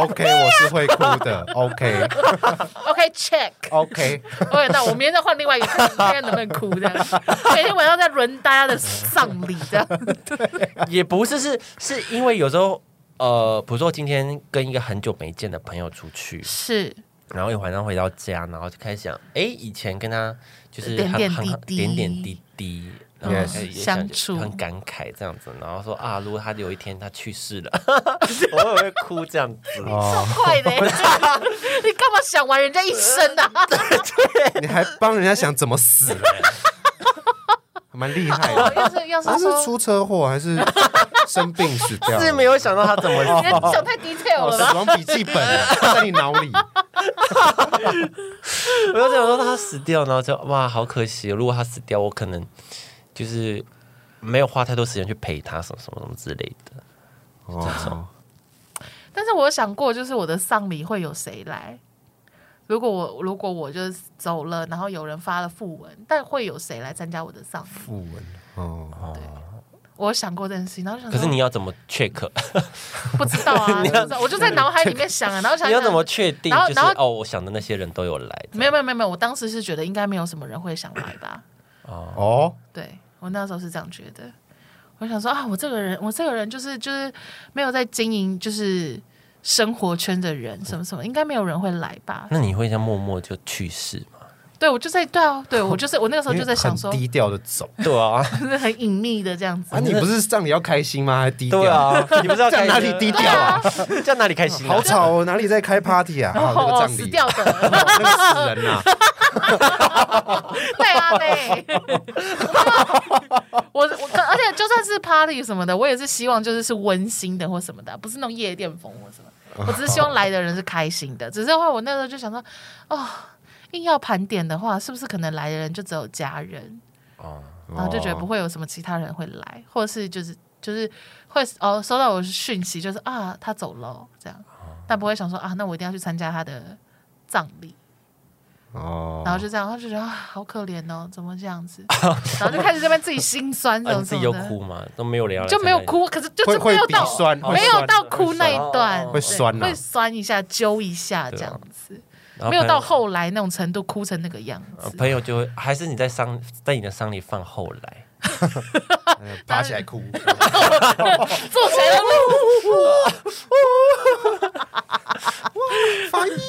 Speaker 3: ，OK，我哦是会哭的。OK，OK，
Speaker 2: *laughs* OK check，OK，那我明天再换另外一个，看看能不能哭这样。每天晚上在轮大家的丧礼这样。
Speaker 1: 也不是是是因为有时候呃，比如说今天跟一个很久没见的朋友出去，
Speaker 2: 是，
Speaker 1: 然后一晚上回到家，然后就开始想，哎，以前跟他就是
Speaker 2: 点
Speaker 1: 很
Speaker 2: 呃点
Speaker 1: 很
Speaker 2: 滴滴
Speaker 1: 点点滴滴。然后
Speaker 3: Yes
Speaker 1: 开始也
Speaker 2: 相
Speaker 1: 想
Speaker 2: 处
Speaker 1: 很感慨这样子，然后说啊，如果他有一天他去世了，
Speaker 3: *laughs*
Speaker 1: 我也会哭这样子。
Speaker 2: 超
Speaker 3: 哦，
Speaker 2: 快的欸、你干嘛想玩人家一生啊？ *laughs*
Speaker 3: 你还帮人家想怎么死，还蛮厉害
Speaker 2: 哦 *laughs*
Speaker 3: 的。
Speaker 2: 要是要是
Speaker 3: 他是
Speaker 2: 说，
Speaker 3: 出车祸还是生病死掉？
Speaker 1: 是没有想到他怎么 *laughs*
Speaker 2: 哎你
Speaker 1: 死，
Speaker 2: 想太 detail
Speaker 3: 哦，
Speaker 2: 了
Speaker 3: 死
Speaker 2: 吧？
Speaker 3: 亡笔记本啊在你脑
Speaker 1: *laughs*
Speaker 3: 里。
Speaker 1: 我就想说他死掉，然后就哇，好可惜哦。如果他死掉，我可能就是没有花太多时间去陪他，什么什么什么之类的。
Speaker 3: 哦，
Speaker 2: 但是我有想过，就是我的丧礼会有谁来？如果我如果我就是走了，然后有人发了讣文，但会有谁来参加我的丧礼？
Speaker 3: 讣文哦，
Speaker 2: 我有想过这件事情，然后想
Speaker 1: 可
Speaker 2: 说，
Speaker 1: 是你要怎么
Speaker 2: *laughs*
Speaker 1: check？
Speaker 2: 不知道
Speaker 1: *laughs*
Speaker 2: 啊，不知道我就在脑海里面想啊，然后想
Speaker 1: 你要
Speaker 2: 想
Speaker 1: 怎么确定？
Speaker 2: 然后
Speaker 1: 就是
Speaker 2: 然后
Speaker 1: 哦，我想的那些人都有来。
Speaker 2: 没有没有没有没有，我当时是觉得应该没有什么人会想来吧，
Speaker 3: 哦，
Speaker 2: 对我那时候是这样觉得。我想说啊，我这个人，我这个人就是就是没有在经营就是生活圈的人，什么什么，应该没有人会来吧？
Speaker 1: 那你会像默默就去世吗？
Speaker 2: 对我就在对啊，对我就是我那个时候就在想说
Speaker 3: 因为很，低调的走。
Speaker 1: 对啊，
Speaker 2: 就是很隐秘的这样子
Speaker 3: 啊，。你不是葬礼要开心吗？还低调？
Speaker 1: 对， *laughs* 啊，你不知道
Speaker 3: 在哪里低调啊？
Speaker 1: *laughs* 在哪里开心啊？
Speaker 3: 好吵哦，哪里在开 party 啊？啊，
Speaker 2: 哦
Speaker 3: 那个
Speaker 2: 哦，
Speaker 3: 葬
Speaker 2: 死
Speaker 3: 礼，
Speaker 2: 掉
Speaker 3: *laughs*
Speaker 2: 的，
Speaker 3: 哦那个死人呐，
Speaker 2: 对啊，对。 *laughs* 我我跟而且就算是 party 什么的，我也是希望就是是温馨的或什么的，不是那种夜店风啊或什么。我只是希望来的人是开心的。只是的话，我那时候就想说，哦，硬要盘点的话，是不是可能来的人就只有家人，
Speaker 1: 哦
Speaker 2: *laughs* 然后就觉得不
Speaker 3: 哦
Speaker 2: 会有什么其他人会来，或者是就是就是会哦收到我的讯息，就是啊他走了这样，但不会想说啊那我一定要去参加他的葬礼。
Speaker 3: 哦，
Speaker 2: 然后就这样，他就觉得啊，好可怜哦，怎么这样子？然后就开始这边自己心酸，
Speaker 1: 啊，
Speaker 2: 怎
Speaker 1: 你
Speaker 2: 么
Speaker 1: 自
Speaker 2: 怎
Speaker 1: 己
Speaker 2: 么
Speaker 1: 有
Speaker 2: 的，
Speaker 1: 哭吗？都没有聊，
Speaker 2: 就没有，哭，可是就是
Speaker 3: 会
Speaker 2: 没
Speaker 3: 会
Speaker 2: 有
Speaker 3: 鼻
Speaker 2: 到
Speaker 3: 酸，
Speaker 1: 哦
Speaker 3: 会
Speaker 2: 没有
Speaker 3: 酸
Speaker 2: 到哭那一段，
Speaker 1: 会
Speaker 3: 会酸啊
Speaker 2: 会酸一下，揪一下这样子，
Speaker 1: 然后
Speaker 2: 没有
Speaker 1: 朋友
Speaker 2: 到后来那种程度，哭成那个样
Speaker 1: 呃
Speaker 2: 子。
Speaker 1: 朋友就会，还是你在丧，在你的丧礼放后来，
Speaker 3: 嗯爬起来哭，
Speaker 2: 坐起来了，
Speaker 3: 翻译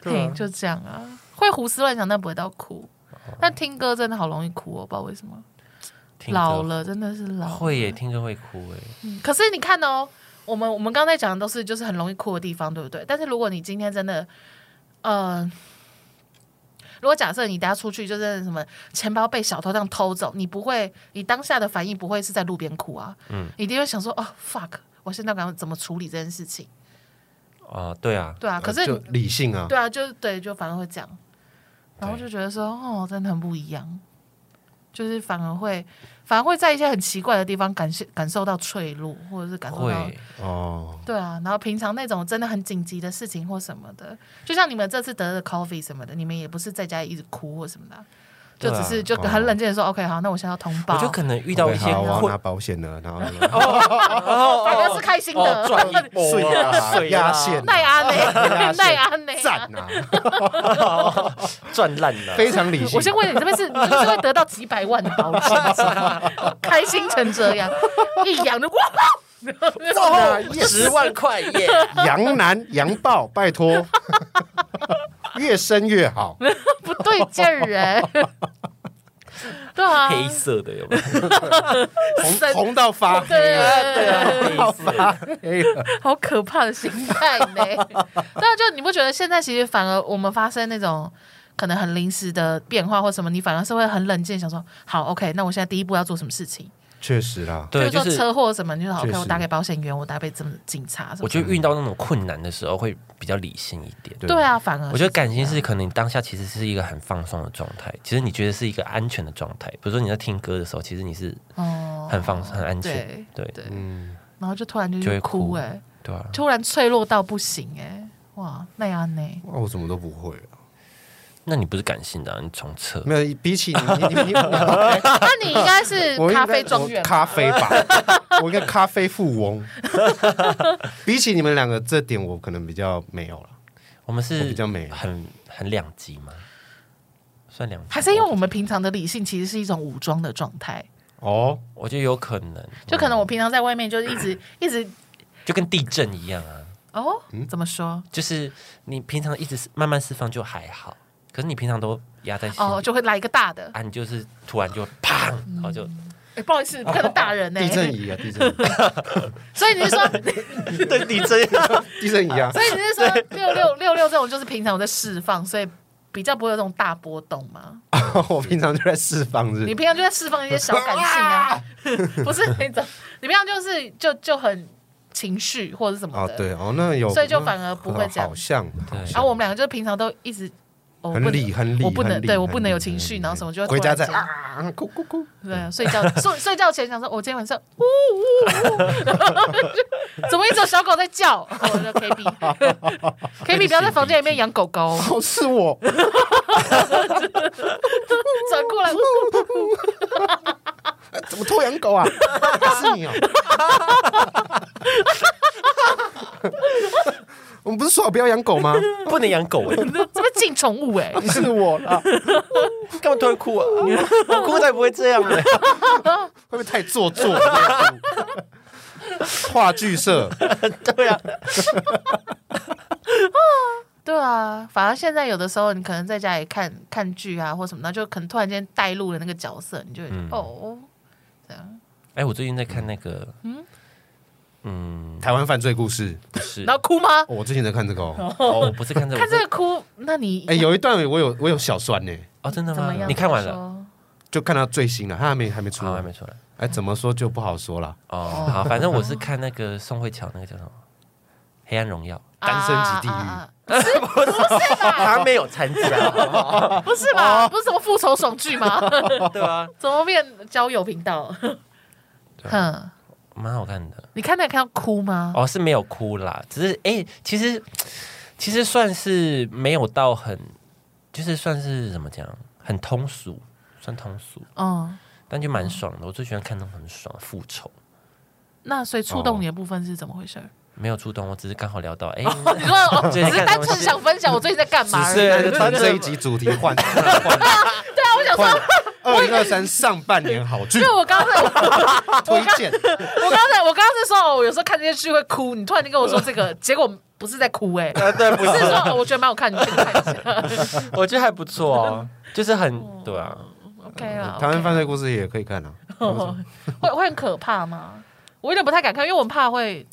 Speaker 2: 嘿，就这样啊，会胡思乱想，但不会到哭。但听歌真的好容易哭哦，不知道为什么，
Speaker 1: 听歌
Speaker 2: 老了真的是老了
Speaker 1: 会耶，听着会哭哎，
Speaker 2: 可是你看哦，我们我们刚才讲的都是就是很容易哭的地方，对不对？但是如果你今天真的，呃，如果假设你等下出去就是什么钱包被小偷这样偷走，你不会，你当下的反应不会是在路边哭啊，嗯，你一定会想说，哦，fuck，我现在该怎么处理这件事情？
Speaker 1: 啊，对啊，
Speaker 2: 对 *laughs* 啊，可是
Speaker 3: 呃就理性啊，
Speaker 2: 对啊，就对，就反而会这样，然后就觉得说，哦，真的很不一样。就是反而会，反而会在一些很奇怪的地方感受感受到脆弱，或者是感受到
Speaker 1: 会，
Speaker 3: 哦，
Speaker 2: 对啊，然后平常那种真的很紧急的事情或什么的，就像你们这次得了 coffee 什么的，你们也不是在家一直哭或什么的啊、就
Speaker 1: 对啊
Speaker 2: 只是就很冷静的说、o k 好，那我现在要通
Speaker 1: 我
Speaker 2: 报，
Speaker 1: 就可能遇到一些
Speaker 3: 好我要拿
Speaker 1: 困，
Speaker 3: 保险了，然后
Speaker 2: *laughs* 哦反而是开心的， *laughs*
Speaker 1: 哦赚一
Speaker 3: 碎
Speaker 1: 波啊
Speaker 3: 啊，
Speaker 1: 碎
Speaker 3: 压
Speaker 1: 啊
Speaker 3: 线
Speaker 2: 奈安 *laughs* 呢，奈安呢，
Speaker 3: 赞啊，
Speaker 1: 赚烂了， *laughs*
Speaker 3: 非常理性。
Speaker 2: 我先问你，这边是你是不是会得到几百万的保险金啊？ *laughs* 开心成
Speaker 1: *laughs*
Speaker 2: 这样，一养就哇，哦
Speaker 3: 哦
Speaker 1: 十万块
Speaker 2: *laughs*
Speaker 1: 耶，
Speaker 3: 羊男羊豹，拜托，越深越好。
Speaker 2: 不对劲儿
Speaker 1: *laughs*
Speaker 2: 哎、对啊，
Speaker 1: 黑色的有没有？
Speaker 3: 红红到发哎黑
Speaker 2: *laughs* 对
Speaker 3: 了，
Speaker 2: 对对。
Speaker 1: 黑
Speaker 2: *laughs*
Speaker 1: 色的
Speaker 3: 黑了，
Speaker 2: 好可怕的心态呢。对
Speaker 1: *laughs*
Speaker 2: 啊，就你不觉得现在其实反而我们发生那种可能很临时的变化或什么，你反而是会很冷静地想说，好，OK，那我现在第一步要做什么事情？
Speaker 3: 确实啦，
Speaker 1: 对，
Speaker 2: 比
Speaker 1: 就
Speaker 2: 如说
Speaker 1: 是
Speaker 2: 车祸什么，你就说
Speaker 3: 确
Speaker 2: OK，
Speaker 3: 实
Speaker 2: 我打给保险员，我打给怎么警察什
Speaker 1: 我
Speaker 2: 么。
Speaker 1: 觉得遇到那种困难的时候会比较理性一点。
Speaker 3: 对
Speaker 2: 对啊，反而
Speaker 1: 我觉得感情是可能你当下其实是一个很放松的状态，其实你觉得是一个安全的状态。比如说你在听歌的时候，其实你是
Speaker 2: 哦
Speaker 1: 很放松、很安全，
Speaker 2: 对
Speaker 1: 对
Speaker 2: 对，
Speaker 3: 嗯，
Speaker 2: 然后就突然就
Speaker 1: 就
Speaker 2: 去
Speaker 1: 会
Speaker 2: 哭
Speaker 1: 哭
Speaker 2: 哎、
Speaker 1: 对啊。
Speaker 2: 突然脆弱到不行哎、哇，那样呢？
Speaker 3: 哇哦我怎么都不会啊，
Speaker 1: 那你不是感性的、啊，你从侧
Speaker 3: 没有，比起你，你
Speaker 2: *laughs*
Speaker 3: 你你，
Speaker 2: 那你应
Speaker 1: *laughs*
Speaker 2: 该是
Speaker 3: 我应该
Speaker 2: 咖啡庄园
Speaker 3: 我咖啡吧， *laughs* 我应该咖啡富翁。比起你们两个，这点我可能比较没有了。
Speaker 1: 我们
Speaker 3: 我
Speaker 1: 是
Speaker 3: 比较啊没
Speaker 1: 很很两极吗？算两极，
Speaker 2: 还是因为我们平常的理性其实是一种武装的状态，
Speaker 3: 哦，
Speaker 1: 我觉得有可能，
Speaker 2: 就可能我平常在外面就是一直一直
Speaker 1: 就跟地震一样啊，
Speaker 2: 哦，怎么说？
Speaker 1: 就是你平常一直是慢慢释放就还好，可是你平常都压在心里，
Speaker 2: 哦，就会来一个大的。
Speaker 1: 啊，你就是突然就砰，然后就 *laughs*
Speaker 2: 哎，不好意思，不可能打人呢、欸
Speaker 3: 地震仪啊，地震仪，
Speaker 2: 所以你是说，
Speaker 1: 对地震，
Speaker 3: 地震仪啊，
Speaker 2: 所以你是说六六六六这种就是平常我在释放，所以比较不会有这种大波动吗？
Speaker 3: *laughs* 我平常就在释放日
Speaker 2: 你，平常就在释放一些小感性啊， *laughs* 不是那种，你平常就是就就很情绪或者什么
Speaker 3: 哦
Speaker 2: 的。，
Speaker 3: 对哦，那有，
Speaker 2: 所以就反而不会这样
Speaker 3: 好像
Speaker 1: 对
Speaker 2: 然后我们两个就是平常都一直。哦
Speaker 3: 很
Speaker 2: 不能
Speaker 3: 理很理
Speaker 2: 我不
Speaker 3: 很
Speaker 2: 能，
Speaker 3: 理
Speaker 2: 对我
Speaker 3: 很
Speaker 2: 不能
Speaker 3: 理
Speaker 2: 有情绪，然后什么就会
Speaker 3: 回家
Speaker 2: 突
Speaker 3: 再
Speaker 2: 然间
Speaker 3: 啊，哭哭哭，
Speaker 2: 对啊，睡觉睡睡觉前想说，我今天晚上呜 *laughs* 呜呜，怎么一只小狗在叫？我就 K *laughs* B，K B 不要在房间里面养狗狗， *laughs*
Speaker 3: 好哦是我， *laughs*
Speaker 2: 转过来，
Speaker 3: 怎么偷养狗啊？是你哦。我们不是说好不要养狗吗？
Speaker 1: 不能养
Speaker 2: *laughs*
Speaker 1: 狗哎、
Speaker 2: 这边进宠物哎，
Speaker 3: 是我啦，会
Speaker 1: 干嘛突然哭啊？ *laughs* 我
Speaker 2: 哦
Speaker 1: 哭才不会这样啊呢、
Speaker 3: 不会太做作？话剧社
Speaker 2: 对啊，反而现在有的时候你可能在家里看看剧啊或什么，然后就可能突然间带入了那个角色，你就会
Speaker 3: 嗯
Speaker 2: 哦，这样，
Speaker 1: 哎、我最近在看那个，嗯
Speaker 3: 台湾犯罪故事，
Speaker 1: 不是，
Speaker 2: 然后哭吗？
Speaker 3: 哦我最近在看这个哦。
Speaker 1: 哦，我不是看这个，
Speaker 2: *laughs* 看这
Speaker 1: 我
Speaker 2: 个哭，那你
Speaker 3: 哎，有一段我有我有小酸呢，
Speaker 1: 哦，真的
Speaker 2: 怎
Speaker 1: 吗
Speaker 2: 么样？？
Speaker 1: 你看完了？？
Speaker 3: 就看到最新了，他还没还没出
Speaker 1: 好，还
Speaker 3: 来
Speaker 1: 没。出来
Speaker 3: 哎，怎么说就不好说了。
Speaker 1: 哦。好，反正我
Speaker 2: *laughs*
Speaker 1: 是看那个宋慧乔那个叫什么《黑暗荣耀》，
Speaker 3: 单身即地狱
Speaker 2: 啊
Speaker 1: *laughs* 他没有参加，
Speaker 2: 啊不是吧？
Speaker 3: 哦
Speaker 2: 不是什么复仇爽剧吗？ *laughs*
Speaker 1: 对啊，
Speaker 2: 怎么变交友频道？
Speaker 3: 啊
Speaker 2: 哼，
Speaker 1: 蛮好看的。
Speaker 2: 你看那个看到哭吗？
Speaker 1: 哦，是没有哭啦，只是哎、其实其实算是没有到很就是算是怎么讲，很通俗，算通俗，
Speaker 2: 嗯，
Speaker 1: 但就蛮爽的。我最喜欢看那种很爽的复仇，
Speaker 2: 那所以触动你的部分是怎么回事？
Speaker 1: 没有触动，我只是刚好聊到，
Speaker 2: *laughs*
Speaker 1: 哎、
Speaker 2: 你说
Speaker 1: *laughs*
Speaker 2: 哦，只
Speaker 1: 最近
Speaker 2: 是
Speaker 1: 哦看
Speaker 2: 单
Speaker 1: 东
Speaker 2: 纯
Speaker 1: 西
Speaker 2: 想分享我最近在干嘛而
Speaker 3: 是那
Speaker 2: 已。
Speaker 3: 就
Speaker 2: 对
Speaker 3: 把这一集主题换 *laughs* 换换
Speaker 2: 啊，我想说，
Speaker 3: 换二零二三上半年好
Speaker 2: *laughs*
Speaker 3: 剧
Speaker 2: 因为我刚才啊我
Speaker 3: 推
Speaker 2: *laughs*
Speaker 3: 荐，
Speaker 2: 我刚才我刚才是说哦，我有时候看这些剧会哭，你突然间跟我说这个，结果不是在哭哎，
Speaker 1: 对，不
Speaker 2: 不是说哦我觉得蛮好看，你去看一
Speaker 1: *laughs*
Speaker 2: 下。
Speaker 1: 我觉得还不错哦，就是很对啊，
Speaker 2: OK 啦，
Speaker 3: 台湾
Speaker 2: OK
Speaker 3: 犯罪故事也可以看啊，
Speaker 2: 会会很可怕吗？我有点不太敢看，因为我很怕会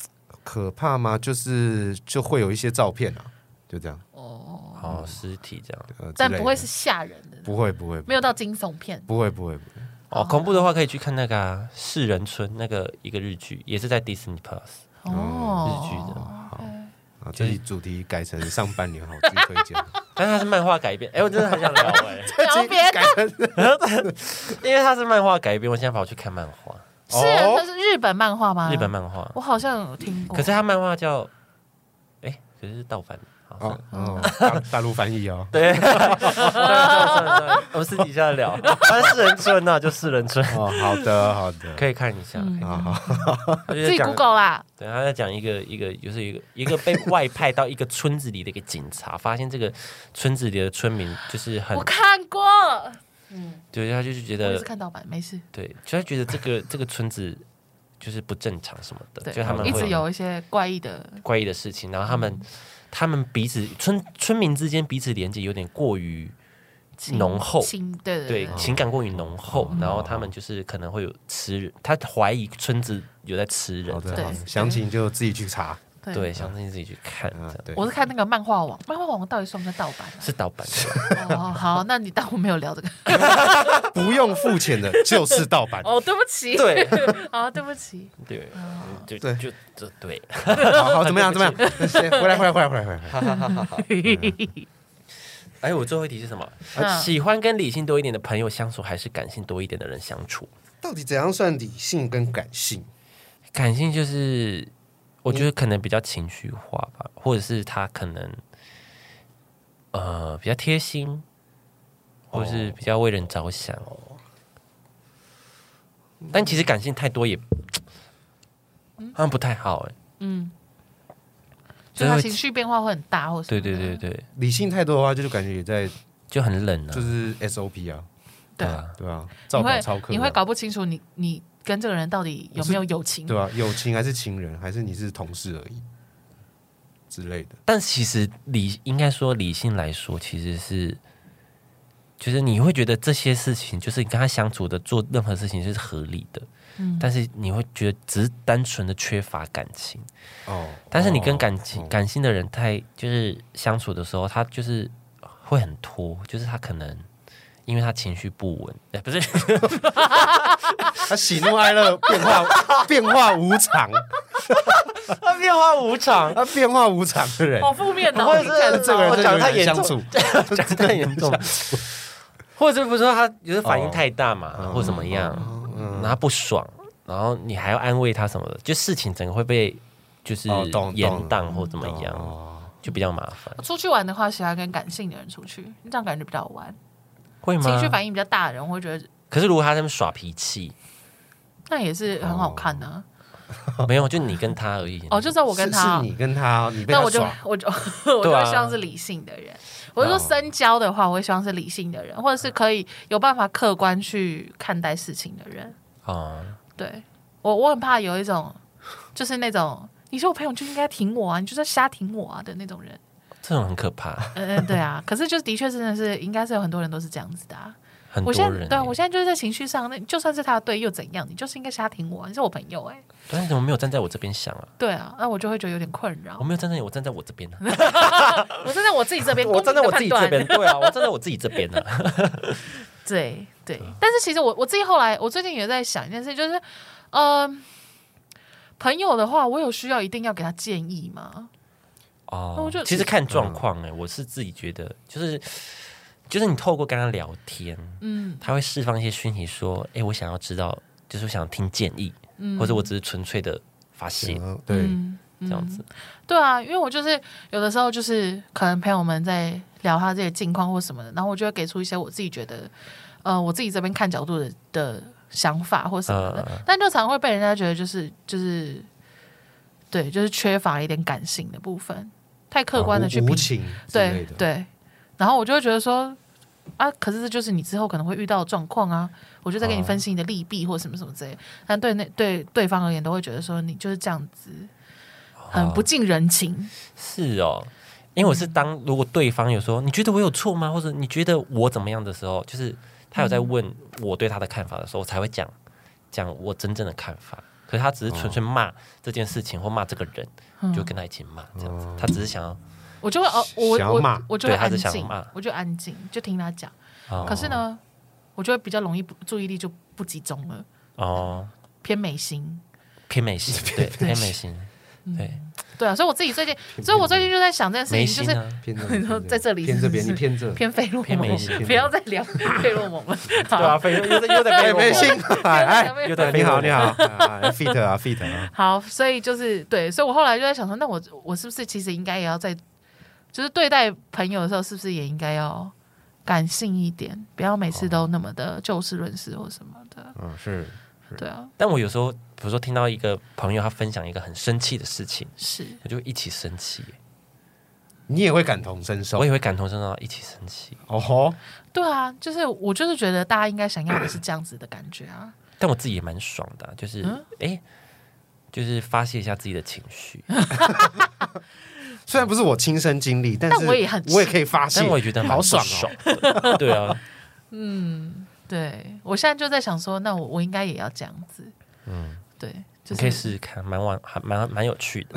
Speaker 3: 可怕吗？就是就会有一些照片啊，就这样，
Speaker 2: 哦，
Speaker 1: 哦，尸体这样
Speaker 3: 呃
Speaker 2: 但
Speaker 3: 之类的
Speaker 2: 不会是吓人的，
Speaker 3: 不会不会不
Speaker 2: 没有到惊悚片。
Speaker 3: 不会不会，不会
Speaker 1: 哦，恐怖的话可以去看那个啊《世人村》那个一个日剧，也是在 Disney Plus
Speaker 2: 哦，
Speaker 1: 日剧的，
Speaker 3: 啊，这一主题改成上半年好剧推荐，
Speaker 2: *laughs*
Speaker 1: 但是它是漫画 *laughs* 改编，哎、我真的很想聊哎、
Speaker 2: 聊别的
Speaker 3: 改成
Speaker 1: 因为它是漫画改编，我现在跑去看漫画，
Speaker 2: 是它是日本漫画吗？
Speaker 1: 日本，漫画，
Speaker 2: 我好像有听过。
Speaker 1: 可是它漫画叫，哎、可是是盗版的，好算
Speaker 3: 哦
Speaker 1: 了
Speaker 3: 哦，大大陆翻译哦，
Speaker 1: *laughs* 对， *laughs* 算了算了算了算了，我们私底下 *laughs* 聊。但是人村呐、就世人村，
Speaker 3: 哦，好的好的，
Speaker 1: 可以看一下。
Speaker 2: 嗯
Speaker 3: 啊好，
Speaker 1: 他就
Speaker 2: 自
Speaker 1: 在
Speaker 2: 己
Speaker 1: 讲，
Speaker 2: Google 啦，
Speaker 1: 对，他在讲一个一个，就是一个一个被外派到一个村子里的一个警察，发现这个村子里的村民就是很
Speaker 2: 我，看过，
Speaker 1: 对，他就是觉
Speaker 2: 我也
Speaker 1: 得
Speaker 2: 是，看盗版，没事。
Speaker 1: 对，就他觉得这个这个村子就是不正常什么的，
Speaker 2: 对
Speaker 1: 就他们，
Speaker 2: 一
Speaker 1: 会
Speaker 2: 直有一嗯些怪异的，
Speaker 1: 怪异的事情，然后他们他们彼此村村民之间彼此连接有点过于
Speaker 2: 情
Speaker 1: 浓厚
Speaker 2: 情对对
Speaker 1: 对
Speaker 2: 对，
Speaker 1: 情感过于浓厚，然后他们就是可能会有吃人，他怀疑村子有在吃人
Speaker 3: 好，的
Speaker 2: 对
Speaker 3: 好的，详情就自己去查
Speaker 2: 对
Speaker 1: 对，相信自己去看，这
Speaker 3: 啊
Speaker 1: 样，
Speaker 3: 对，
Speaker 2: 我是看那个漫画网，漫画网到底算不算盗
Speaker 1: *laughs*
Speaker 2: 版啊
Speaker 1: 是盗版的。
Speaker 2: 哦，好，那你当我没有聊这个。
Speaker 3: 不用付钱的就是盗版，
Speaker 2: 哦，对不起， *laughs*
Speaker 1: 对
Speaker 2: 啊，对不起，
Speaker 1: 对，就
Speaker 3: 对
Speaker 1: 就就对， *laughs*
Speaker 3: 好 *laughs* 好，怎么样怎么样？先回来回来回来回来回来，
Speaker 1: 哈哈哈哈哈。哎，我最后一题是什么？呃
Speaker 2: 嗯
Speaker 1: 喜欢跟理性多一点的朋友相处，还是感性多一点的人相处？
Speaker 3: 到底怎样算理性跟感性？
Speaker 1: 感性就是，我觉得可能比较情绪化吧，或者是他可能呃比较贴心，或者是比较为人着想。但其实感性太多也好像不太好哎、
Speaker 2: 嗯，
Speaker 1: 就
Speaker 2: 所以他
Speaker 1: 会
Speaker 2: 情绪变化会很大，或者
Speaker 1: 对对对对，
Speaker 3: 理性太多的话，就是感觉也在
Speaker 1: 就很冷啊。
Speaker 3: 就是 SOP 啊，
Speaker 2: 对，
Speaker 1: 啊，
Speaker 3: 对啊，
Speaker 2: 你
Speaker 3: 照
Speaker 2: 会
Speaker 3: 稿抄课啊，
Speaker 2: 你会搞不清楚你你跟这个人到底有没有友情，
Speaker 3: 对啊，友情还是情人，还是你是同事而已之类的。
Speaker 1: 但其实理应该说理性来说，其实是就是你会觉得这些事情，就是你跟他相处的做任何事情是合理的，
Speaker 2: 嗯
Speaker 1: 但是你会觉得只是单纯的缺乏感情。
Speaker 3: 哦，
Speaker 1: 但是你跟
Speaker 3: 哦
Speaker 1: 感情、
Speaker 3: 哦
Speaker 1: 感性的人太就是相处的时候，他就是会很拖，就是他可能因为他情绪不稳，哎、
Speaker 3: *laughs*
Speaker 1: 不是
Speaker 3: 他喜怒哀乐变化 *laughs* 变化无常，
Speaker 1: 他变化无常，
Speaker 3: 他变化无常的人，
Speaker 2: 好负面的，
Speaker 1: 或者
Speaker 2: 你看
Speaker 1: 是
Speaker 3: 这个人
Speaker 1: 我
Speaker 3: 真
Speaker 1: 讲
Speaker 3: 的
Speaker 1: 太
Speaker 3: 有
Speaker 1: 严
Speaker 3: 点
Speaker 1: 重
Speaker 3: 相处，
Speaker 1: 讲太严重，或者是不是说他有时候反应太大嘛，
Speaker 3: 哦
Speaker 1: 或怎么样，然后他不爽，然后你还要安慰他什么的，就事情整个会被就是
Speaker 3: 哦懂
Speaker 1: 延
Speaker 3: 懂
Speaker 1: 宕或怎么样，
Speaker 3: 哦
Speaker 1: 就比较麻烦，
Speaker 2: 出去玩的话，喜欢跟感性的人出去，这样感觉比较好玩。
Speaker 1: 会吗？
Speaker 2: 情绪反应比较大的人，我会觉得
Speaker 1: 可是如果他在那边耍脾 *laughs* 气，
Speaker 2: 那也是很好看的啊。
Speaker 1: 没有，就你跟他而已。
Speaker 2: 哦，就是我跟他
Speaker 3: 是，是你跟他哦，你被
Speaker 2: 那
Speaker 3: 他
Speaker 2: 我就
Speaker 3: 耍，
Speaker 2: *laughs* 我就我就
Speaker 1: 对啊哦
Speaker 2: 会希望是理性的人。我是说深交的话，我会希望是理性的人，或者是可以有办法客观去看待事情的人。
Speaker 1: 哦，
Speaker 2: 对我，我很怕有一种，就是那种你是我朋友就应该挺我啊，你就在瞎挺我啊的那种人。
Speaker 1: 这种很可怕，
Speaker 2: 嗯、嗯，对啊。可是就的确真的是，应该是有很多人都是这样子的、啊。
Speaker 1: 很多
Speaker 2: 我现
Speaker 1: 人
Speaker 2: 在
Speaker 1: 欸。
Speaker 2: 对啊，我现在就是在情绪上，那就算是他的对又怎样？你就是应该瞎挺我、啊，你是我朋友哎、
Speaker 1: 但是怎么没有站在我这边想啊？
Speaker 2: 对啊，那我就会觉得有点困扰
Speaker 1: 我。没有站在你，我站在我这边啊、
Speaker 2: 我站在我自己这
Speaker 1: *laughs*
Speaker 2: 边，
Speaker 1: 我站在我自己这
Speaker 2: 公平地判断
Speaker 1: 边，对啊，我站在我自己这边呢、啊。
Speaker 2: 对对，但是其实我我自己后来，我最近也在想一件事，就是，嗯、朋友的话，我有需要一定要给他建议吗？那我
Speaker 1: 哦
Speaker 2: 就，嗯
Speaker 1: 其实看状况哎、我是自己觉得，就是就是你透过跟他聊天，
Speaker 2: 嗯
Speaker 1: 他会释放一些讯息，说，哎、我想要知道，就是我想听建议，
Speaker 2: 嗯，
Speaker 1: 或者我只是纯粹的发泄。
Speaker 3: 嗯对，
Speaker 2: 嗯
Speaker 1: 这样子。
Speaker 2: 对啊，因为我就是有的时候就是可能朋友们在聊他自己的近况或什么的，然后我就会给出一些我自己觉得，呃，我自己这边看角度的的想法或什么的，
Speaker 1: 呃
Speaker 2: 但就常会被人家觉得就是就是，对，就是缺乏一点感性的部分，太客观的去
Speaker 3: 无
Speaker 2: 评
Speaker 3: 无情之类
Speaker 2: 对
Speaker 3: 的，
Speaker 2: 对，然后我就会觉得说，啊，可是这就是你之后可能会遇到的状况啊，我就在给你
Speaker 1: 哦
Speaker 2: 分析你的利弊或什么什么之类的。但对那对对方而言，都会觉得说你就是这样子，
Speaker 3: 啊
Speaker 2: 很不近人情。
Speaker 1: 是哦，因为我
Speaker 2: 嗯
Speaker 1: 是当如果对方有说你觉得我有错吗，或者你觉得我怎么样的时候，就是他有在
Speaker 2: 嗯
Speaker 1: 问我对他的看法的时候，我才会讲讲我真正的看法。可是他只是纯粹骂这件事情或骂这个人，就跟他一起骂这样子。他只是想要
Speaker 2: 我就会哦，我
Speaker 3: 想要骂
Speaker 2: 我我就会
Speaker 1: 对他
Speaker 2: 安
Speaker 1: 是想
Speaker 2: 静
Speaker 1: 骂，
Speaker 2: 我就安静，就听他讲。
Speaker 1: 哦
Speaker 2: 可是呢，我就会比较容易不注意力就不集中了，
Speaker 1: 哦
Speaker 2: 偏美心。
Speaker 1: 偏美
Speaker 3: *laughs*
Speaker 1: 型，对偏美型，对
Speaker 2: 对啊，所以我自己最近，所以我最近就在想这件
Speaker 1: 美
Speaker 2: 事情，
Speaker 1: 型
Speaker 2: 就是
Speaker 1: 啊，
Speaker 2: *laughs*
Speaker 3: 偏这
Speaker 2: 你说
Speaker 3: 边
Speaker 2: 在这里
Speaker 3: 偏这边，
Speaker 2: 是
Speaker 3: 你
Speaker 2: 不
Speaker 3: 偏这，
Speaker 2: 偏费洛
Speaker 1: 偏美
Speaker 2: 蒙
Speaker 1: 型，
Speaker 2: 不要再聊 *laughs* 费洛蒙
Speaker 3: *laughs*
Speaker 2: 了。好
Speaker 1: 对啊，非又在又
Speaker 2: *laughs*
Speaker 1: 在
Speaker 3: 哎，
Speaker 1: 被
Speaker 3: 没信，哎，
Speaker 2: 不要再
Speaker 1: 又在
Speaker 3: 哎
Speaker 1: 被
Speaker 3: 你好，
Speaker 1: 我
Speaker 3: 你好啊哎，fit 啊，fit 啊，
Speaker 2: 好，所以就是对，所以我后来就在想说，那我我是不是其实应该也要在，就是对待朋友的时候，是不是也应该要感性一点，不要每次都那么的就事论事或什么的。
Speaker 3: 嗯，是
Speaker 2: 对啊，
Speaker 1: 但我有时候，比如说听到一个朋友他分享一个很生气的事情，
Speaker 2: 是
Speaker 1: 我就一起生气，
Speaker 3: 你也会感同身受
Speaker 1: 我，也会感同身受，一起生气。
Speaker 3: 哦吼，
Speaker 2: 对啊，就是我就是觉得大家应该想要的是这样子的感觉啊。
Speaker 1: 但我自己也蛮爽的啊、就是
Speaker 2: 嗯
Speaker 1: 哎、诶就是发泄一下自己的情
Speaker 3: *laughs*
Speaker 1: 绪，
Speaker 3: 虽然不是我亲身经历，但
Speaker 2: 但
Speaker 3: 是
Speaker 2: 我也很
Speaker 3: 我也可以发泄，
Speaker 1: 但我也觉得
Speaker 3: 好
Speaker 1: 蛮
Speaker 3: 爽哦
Speaker 1: 爽的。 *laughs* 对啊，
Speaker 2: 对我现在就在想说，那我我应该也要这样子。嗯，对，就
Speaker 1: 你可以
Speaker 2: 是
Speaker 1: 试试看，蛮玩，还蛮蛮有趣的。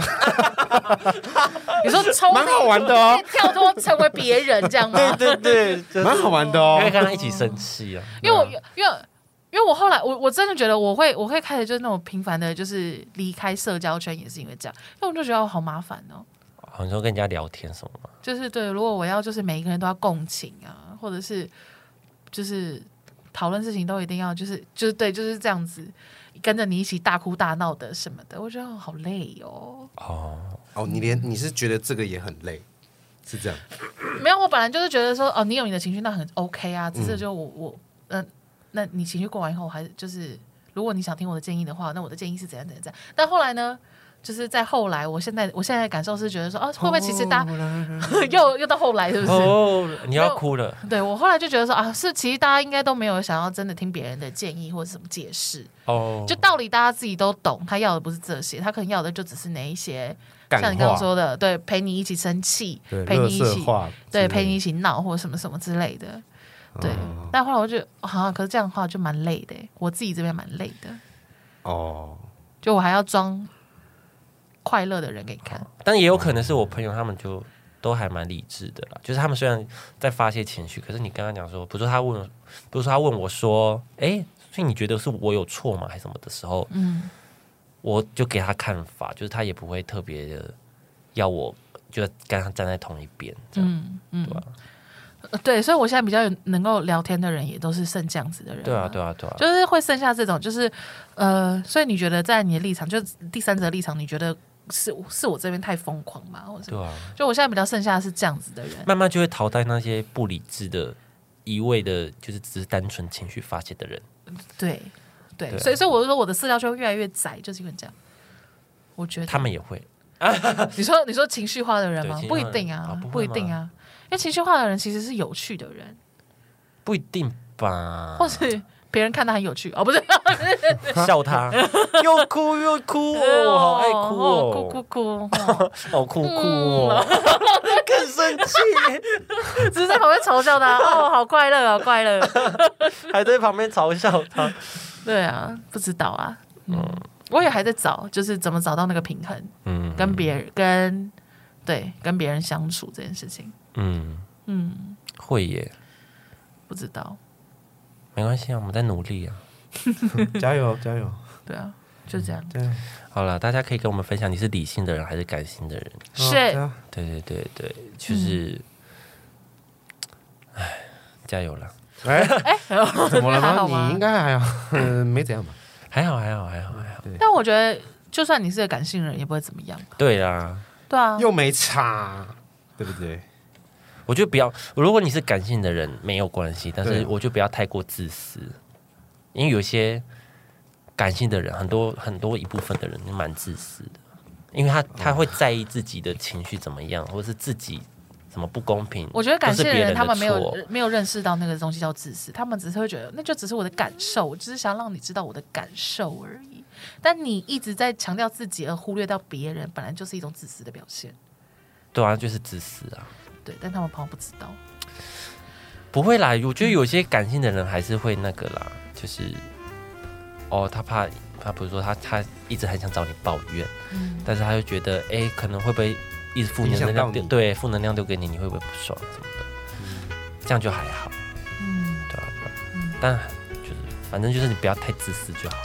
Speaker 2: 你说抽
Speaker 3: *laughs* 蛮好
Speaker 2: 离
Speaker 3: 玩的哦，
Speaker 2: 跳脱成为别人这
Speaker 3: *laughs*
Speaker 2: 样吗？
Speaker 1: 对对，就
Speaker 3: 蛮好玩的哦
Speaker 1: 因为，跟他一起生气啊，
Speaker 2: 因为我因为因为我后来我我真的觉得我会我会开始就是那种频繁的，就是离开社交圈也是因为这样，因为我就觉得我好麻烦哦。
Speaker 1: 啊好你说跟人家聊天什么嘛，
Speaker 2: 就是对，如果我要就是每一个人都要共情啊，或者是就是讨论事情都一定要就是就是对就是这样子跟着你一起大哭大闹的什么的，我觉得好累哦。
Speaker 1: 哦，
Speaker 3: 哦，你连你是觉得这个也很累，是这样，
Speaker 2: 没有，我本来就是觉得说哦，你有你的情绪那很 OK 啊，只是就我我嗯、那你情绪过完以后，我还是就是如果你想听我的建议的话，那我的建议是怎样怎样怎样。但后来呢，就是在后来，我现在我现在的感受是觉得说，哦、会不会其实大家、 *laughs*
Speaker 3: 啊
Speaker 2: 又又到后来是不是？
Speaker 1: 哦，你要哭了，
Speaker 2: 对我后来就觉得说啊，是其实大家应该都没有想要真的听别人的建议或者什么解释，
Speaker 1: 哦，
Speaker 2: 就道理大家自己都懂。他要的不是这些，他可能要的就只是那一些，
Speaker 3: 感
Speaker 2: 像你刚刚说的，对，陪你一起生气
Speaker 3: 对，，
Speaker 2: 陪
Speaker 3: 垃
Speaker 2: 你一
Speaker 3: 圾
Speaker 2: 起
Speaker 3: 话之类
Speaker 2: 对
Speaker 3: 的
Speaker 2: 陪你一起闹或什么什么之类的。对，
Speaker 1: 哦
Speaker 2: 但后来我就好、啊，可是这样的话就蛮累的，我自己这边蛮累的，
Speaker 3: 哦，
Speaker 2: 就我还要装快乐的人给你看。
Speaker 1: 但也有可能是我朋友他们就都还蛮理智的啦，就是他们虽然在发泄情绪，可是你跟他讲说，比如说他问，比如说他问我说，诶，所以你觉得是我有错吗，还是什么的时候，
Speaker 2: 嗯，
Speaker 1: 我就给他看法，就是他也不会特别的要我就跟他站在同一边，这
Speaker 2: 嗯
Speaker 1: 样、对吧、哦
Speaker 2: 呃对，所以我现在比较有能够聊天的人，也都是剩这样子的人。
Speaker 1: 对啊，对啊，对啊，
Speaker 2: 就是会剩下这种，就是呃，所以你觉得在你的立场，就第三者的立场，你觉得是是我这边太疯狂吗？或者什么
Speaker 1: 对啊，
Speaker 2: 就我现在比较剩下的是这样子的人，
Speaker 1: 慢慢就会淘汰那些不理智的。一味的，就是只是单纯情绪发泄的人，
Speaker 2: 对对，
Speaker 1: 对啊
Speaker 2: 所以所以我就说我的社交圈越来越窄，就是因为这样。我觉得
Speaker 1: 他们也会
Speaker 2: 你说你说情绪化的人吗？
Speaker 1: 对
Speaker 2: 不一
Speaker 1: 情绪化的人
Speaker 2: 定啊
Speaker 1: 啊，不
Speaker 2: 不
Speaker 1: 会
Speaker 2: 一
Speaker 1: 吗
Speaker 2: 定啊，因为情绪化的人其实是有趣的
Speaker 1: *laughs*
Speaker 2: 人，
Speaker 1: 不一定吧，
Speaker 2: 或是别人看他很有趣哦，不是，
Speaker 1: 笑他， *laughs* 又哭又哭 *laughs* 哦，好爱哭
Speaker 2: *laughs*
Speaker 1: 哦，
Speaker 2: 哭哭哭，哦
Speaker 1: 好哭哭哦， *laughs* 更生 *laughs* 气，
Speaker 2: 只是在旁边嘲
Speaker 1: *laughs*
Speaker 2: 笑他，哦，好快乐，好快乐。
Speaker 1: 还在旁边嘲笑他。
Speaker 2: 对啊，不知道啊，嗯，我也还在找，就是怎么找到那个平衡，
Speaker 1: 嗯
Speaker 2: 跟别人跟对跟别人相处这件事情，
Speaker 1: 嗯，
Speaker 2: 嗯，
Speaker 1: 会耶，
Speaker 2: 不知道，
Speaker 1: 没关系啊，我们在努力啊。
Speaker 3: 加油 *laughs* 加油，
Speaker 2: 对啊，就这样，
Speaker 1: 嗯
Speaker 3: 对啊，
Speaker 1: 好了，大家可以跟我们分享你是理性的人还是感性的人。
Speaker 2: 是
Speaker 3: 对啊
Speaker 1: 对对对对，就是，哎、加油啦！
Speaker 3: 哎，
Speaker 2: *laughs* 哎，
Speaker 3: 怎么了
Speaker 2: 还好
Speaker 3: 吗？
Speaker 2: 吗
Speaker 3: 你应该还好，呃没怎样吧？
Speaker 1: 还好还好还好还好，
Speaker 2: 但我觉得就算你是个感性人，也不会怎么样。
Speaker 1: 对啊，
Speaker 2: 对啊，
Speaker 3: 又没差，对不
Speaker 2: *laughs*
Speaker 3: 对？
Speaker 1: 我觉得不要，如果你是感性的人没有关系，但
Speaker 3: 对
Speaker 1: 是
Speaker 3: 啊
Speaker 1: 我就不要太过自私，因为有些感性的人，很多很多一部分的人蛮自私的，因为他他会在意自己的情绪怎么样，或是自己什么不公平。
Speaker 2: 我觉得感性
Speaker 1: 都是别人的
Speaker 2: 他们没有
Speaker 1: 错
Speaker 2: 没有认识到那个东西叫自私，他们只是会觉得那就只是我的感受，我只是想让你知道我的感受而已。但你一直在强调自己而忽略到别人，本来就是一种自私的表现。
Speaker 1: 对啊，就是自私啊。
Speaker 2: 对，但他们朋友不知道。
Speaker 1: 不会啦，我觉得有些感性的人还是会那个啦，就是哦，他怕他比如说他他一直很想找你抱怨，
Speaker 2: 嗯，
Speaker 1: 但是他又觉得哎，可能会不会一直负
Speaker 3: 影响
Speaker 1: 能量
Speaker 3: 到
Speaker 1: 丢
Speaker 3: 你嗯
Speaker 1: 对负能量丢给你，你会不会不爽什么的？这样就还好，
Speaker 2: 嗯
Speaker 1: 对啊，对啊
Speaker 2: 嗯
Speaker 1: 但就是反正就是你不要太自私
Speaker 2: *laughs*
Speaker 1: 就好，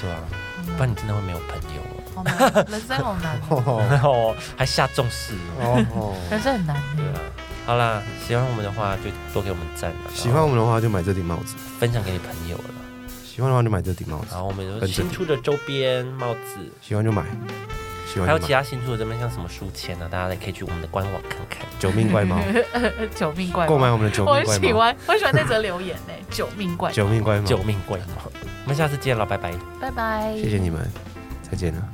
Speaker 1: 对啊，
Speaker 2: 好
Speaker 1: 不然你真的会没有朋友哦
Speaker 2: 难，好难，人生好难哦，
Speaker 3: 哦
Speaker 1: 然后 *laughs* 还下重视哦，
Speaker 3: 哦，
Speaker 2: 人生很难哦。
Speaker 1: 对啊。好啦，喜欢我们的话就多给我们赞啊，
Speaker 3: 喜欢我们的话就买这顶帽子，
Speaker 1: 然后分享给你朋友了。
Speaker 3: 喜欢的话就买这顶帽子
Speaker 1: 然，后我们有
Speaker 3: 很
Speaker 1: 新出的周边帽子，
Speaker 3: 喜欢就买，喜欢
Speaker 1: 还有
Speaker 3: 就
Speaker 1: 其
Speaker 3: 买。
Speaker 1: 他新出的这边像什么书签啊，大家也可以去我们的官网看看。
Speaker 3: 九
Speaker 1: *laughs*
Speaker 3: 命怪猫，
Speaker 2: 救命怪猫
Speaker 3: 购买我们的九
Speaker 2: 我
Speaker 3: 命
Speaker 2: 很
Speaker 3: 怪
Speaker 2: 喜
Speaker 3: 猫，
Speaker 2: 欢，我很喜欢那则留言呢、救命怪猫，
Speaker 3: 九命怪猫，
Speaker 1: 救命贵猫，我们下次见了，拜拜。
Speaker 2: 拜拜，
Speaker 3: 谢谢你们，再见了。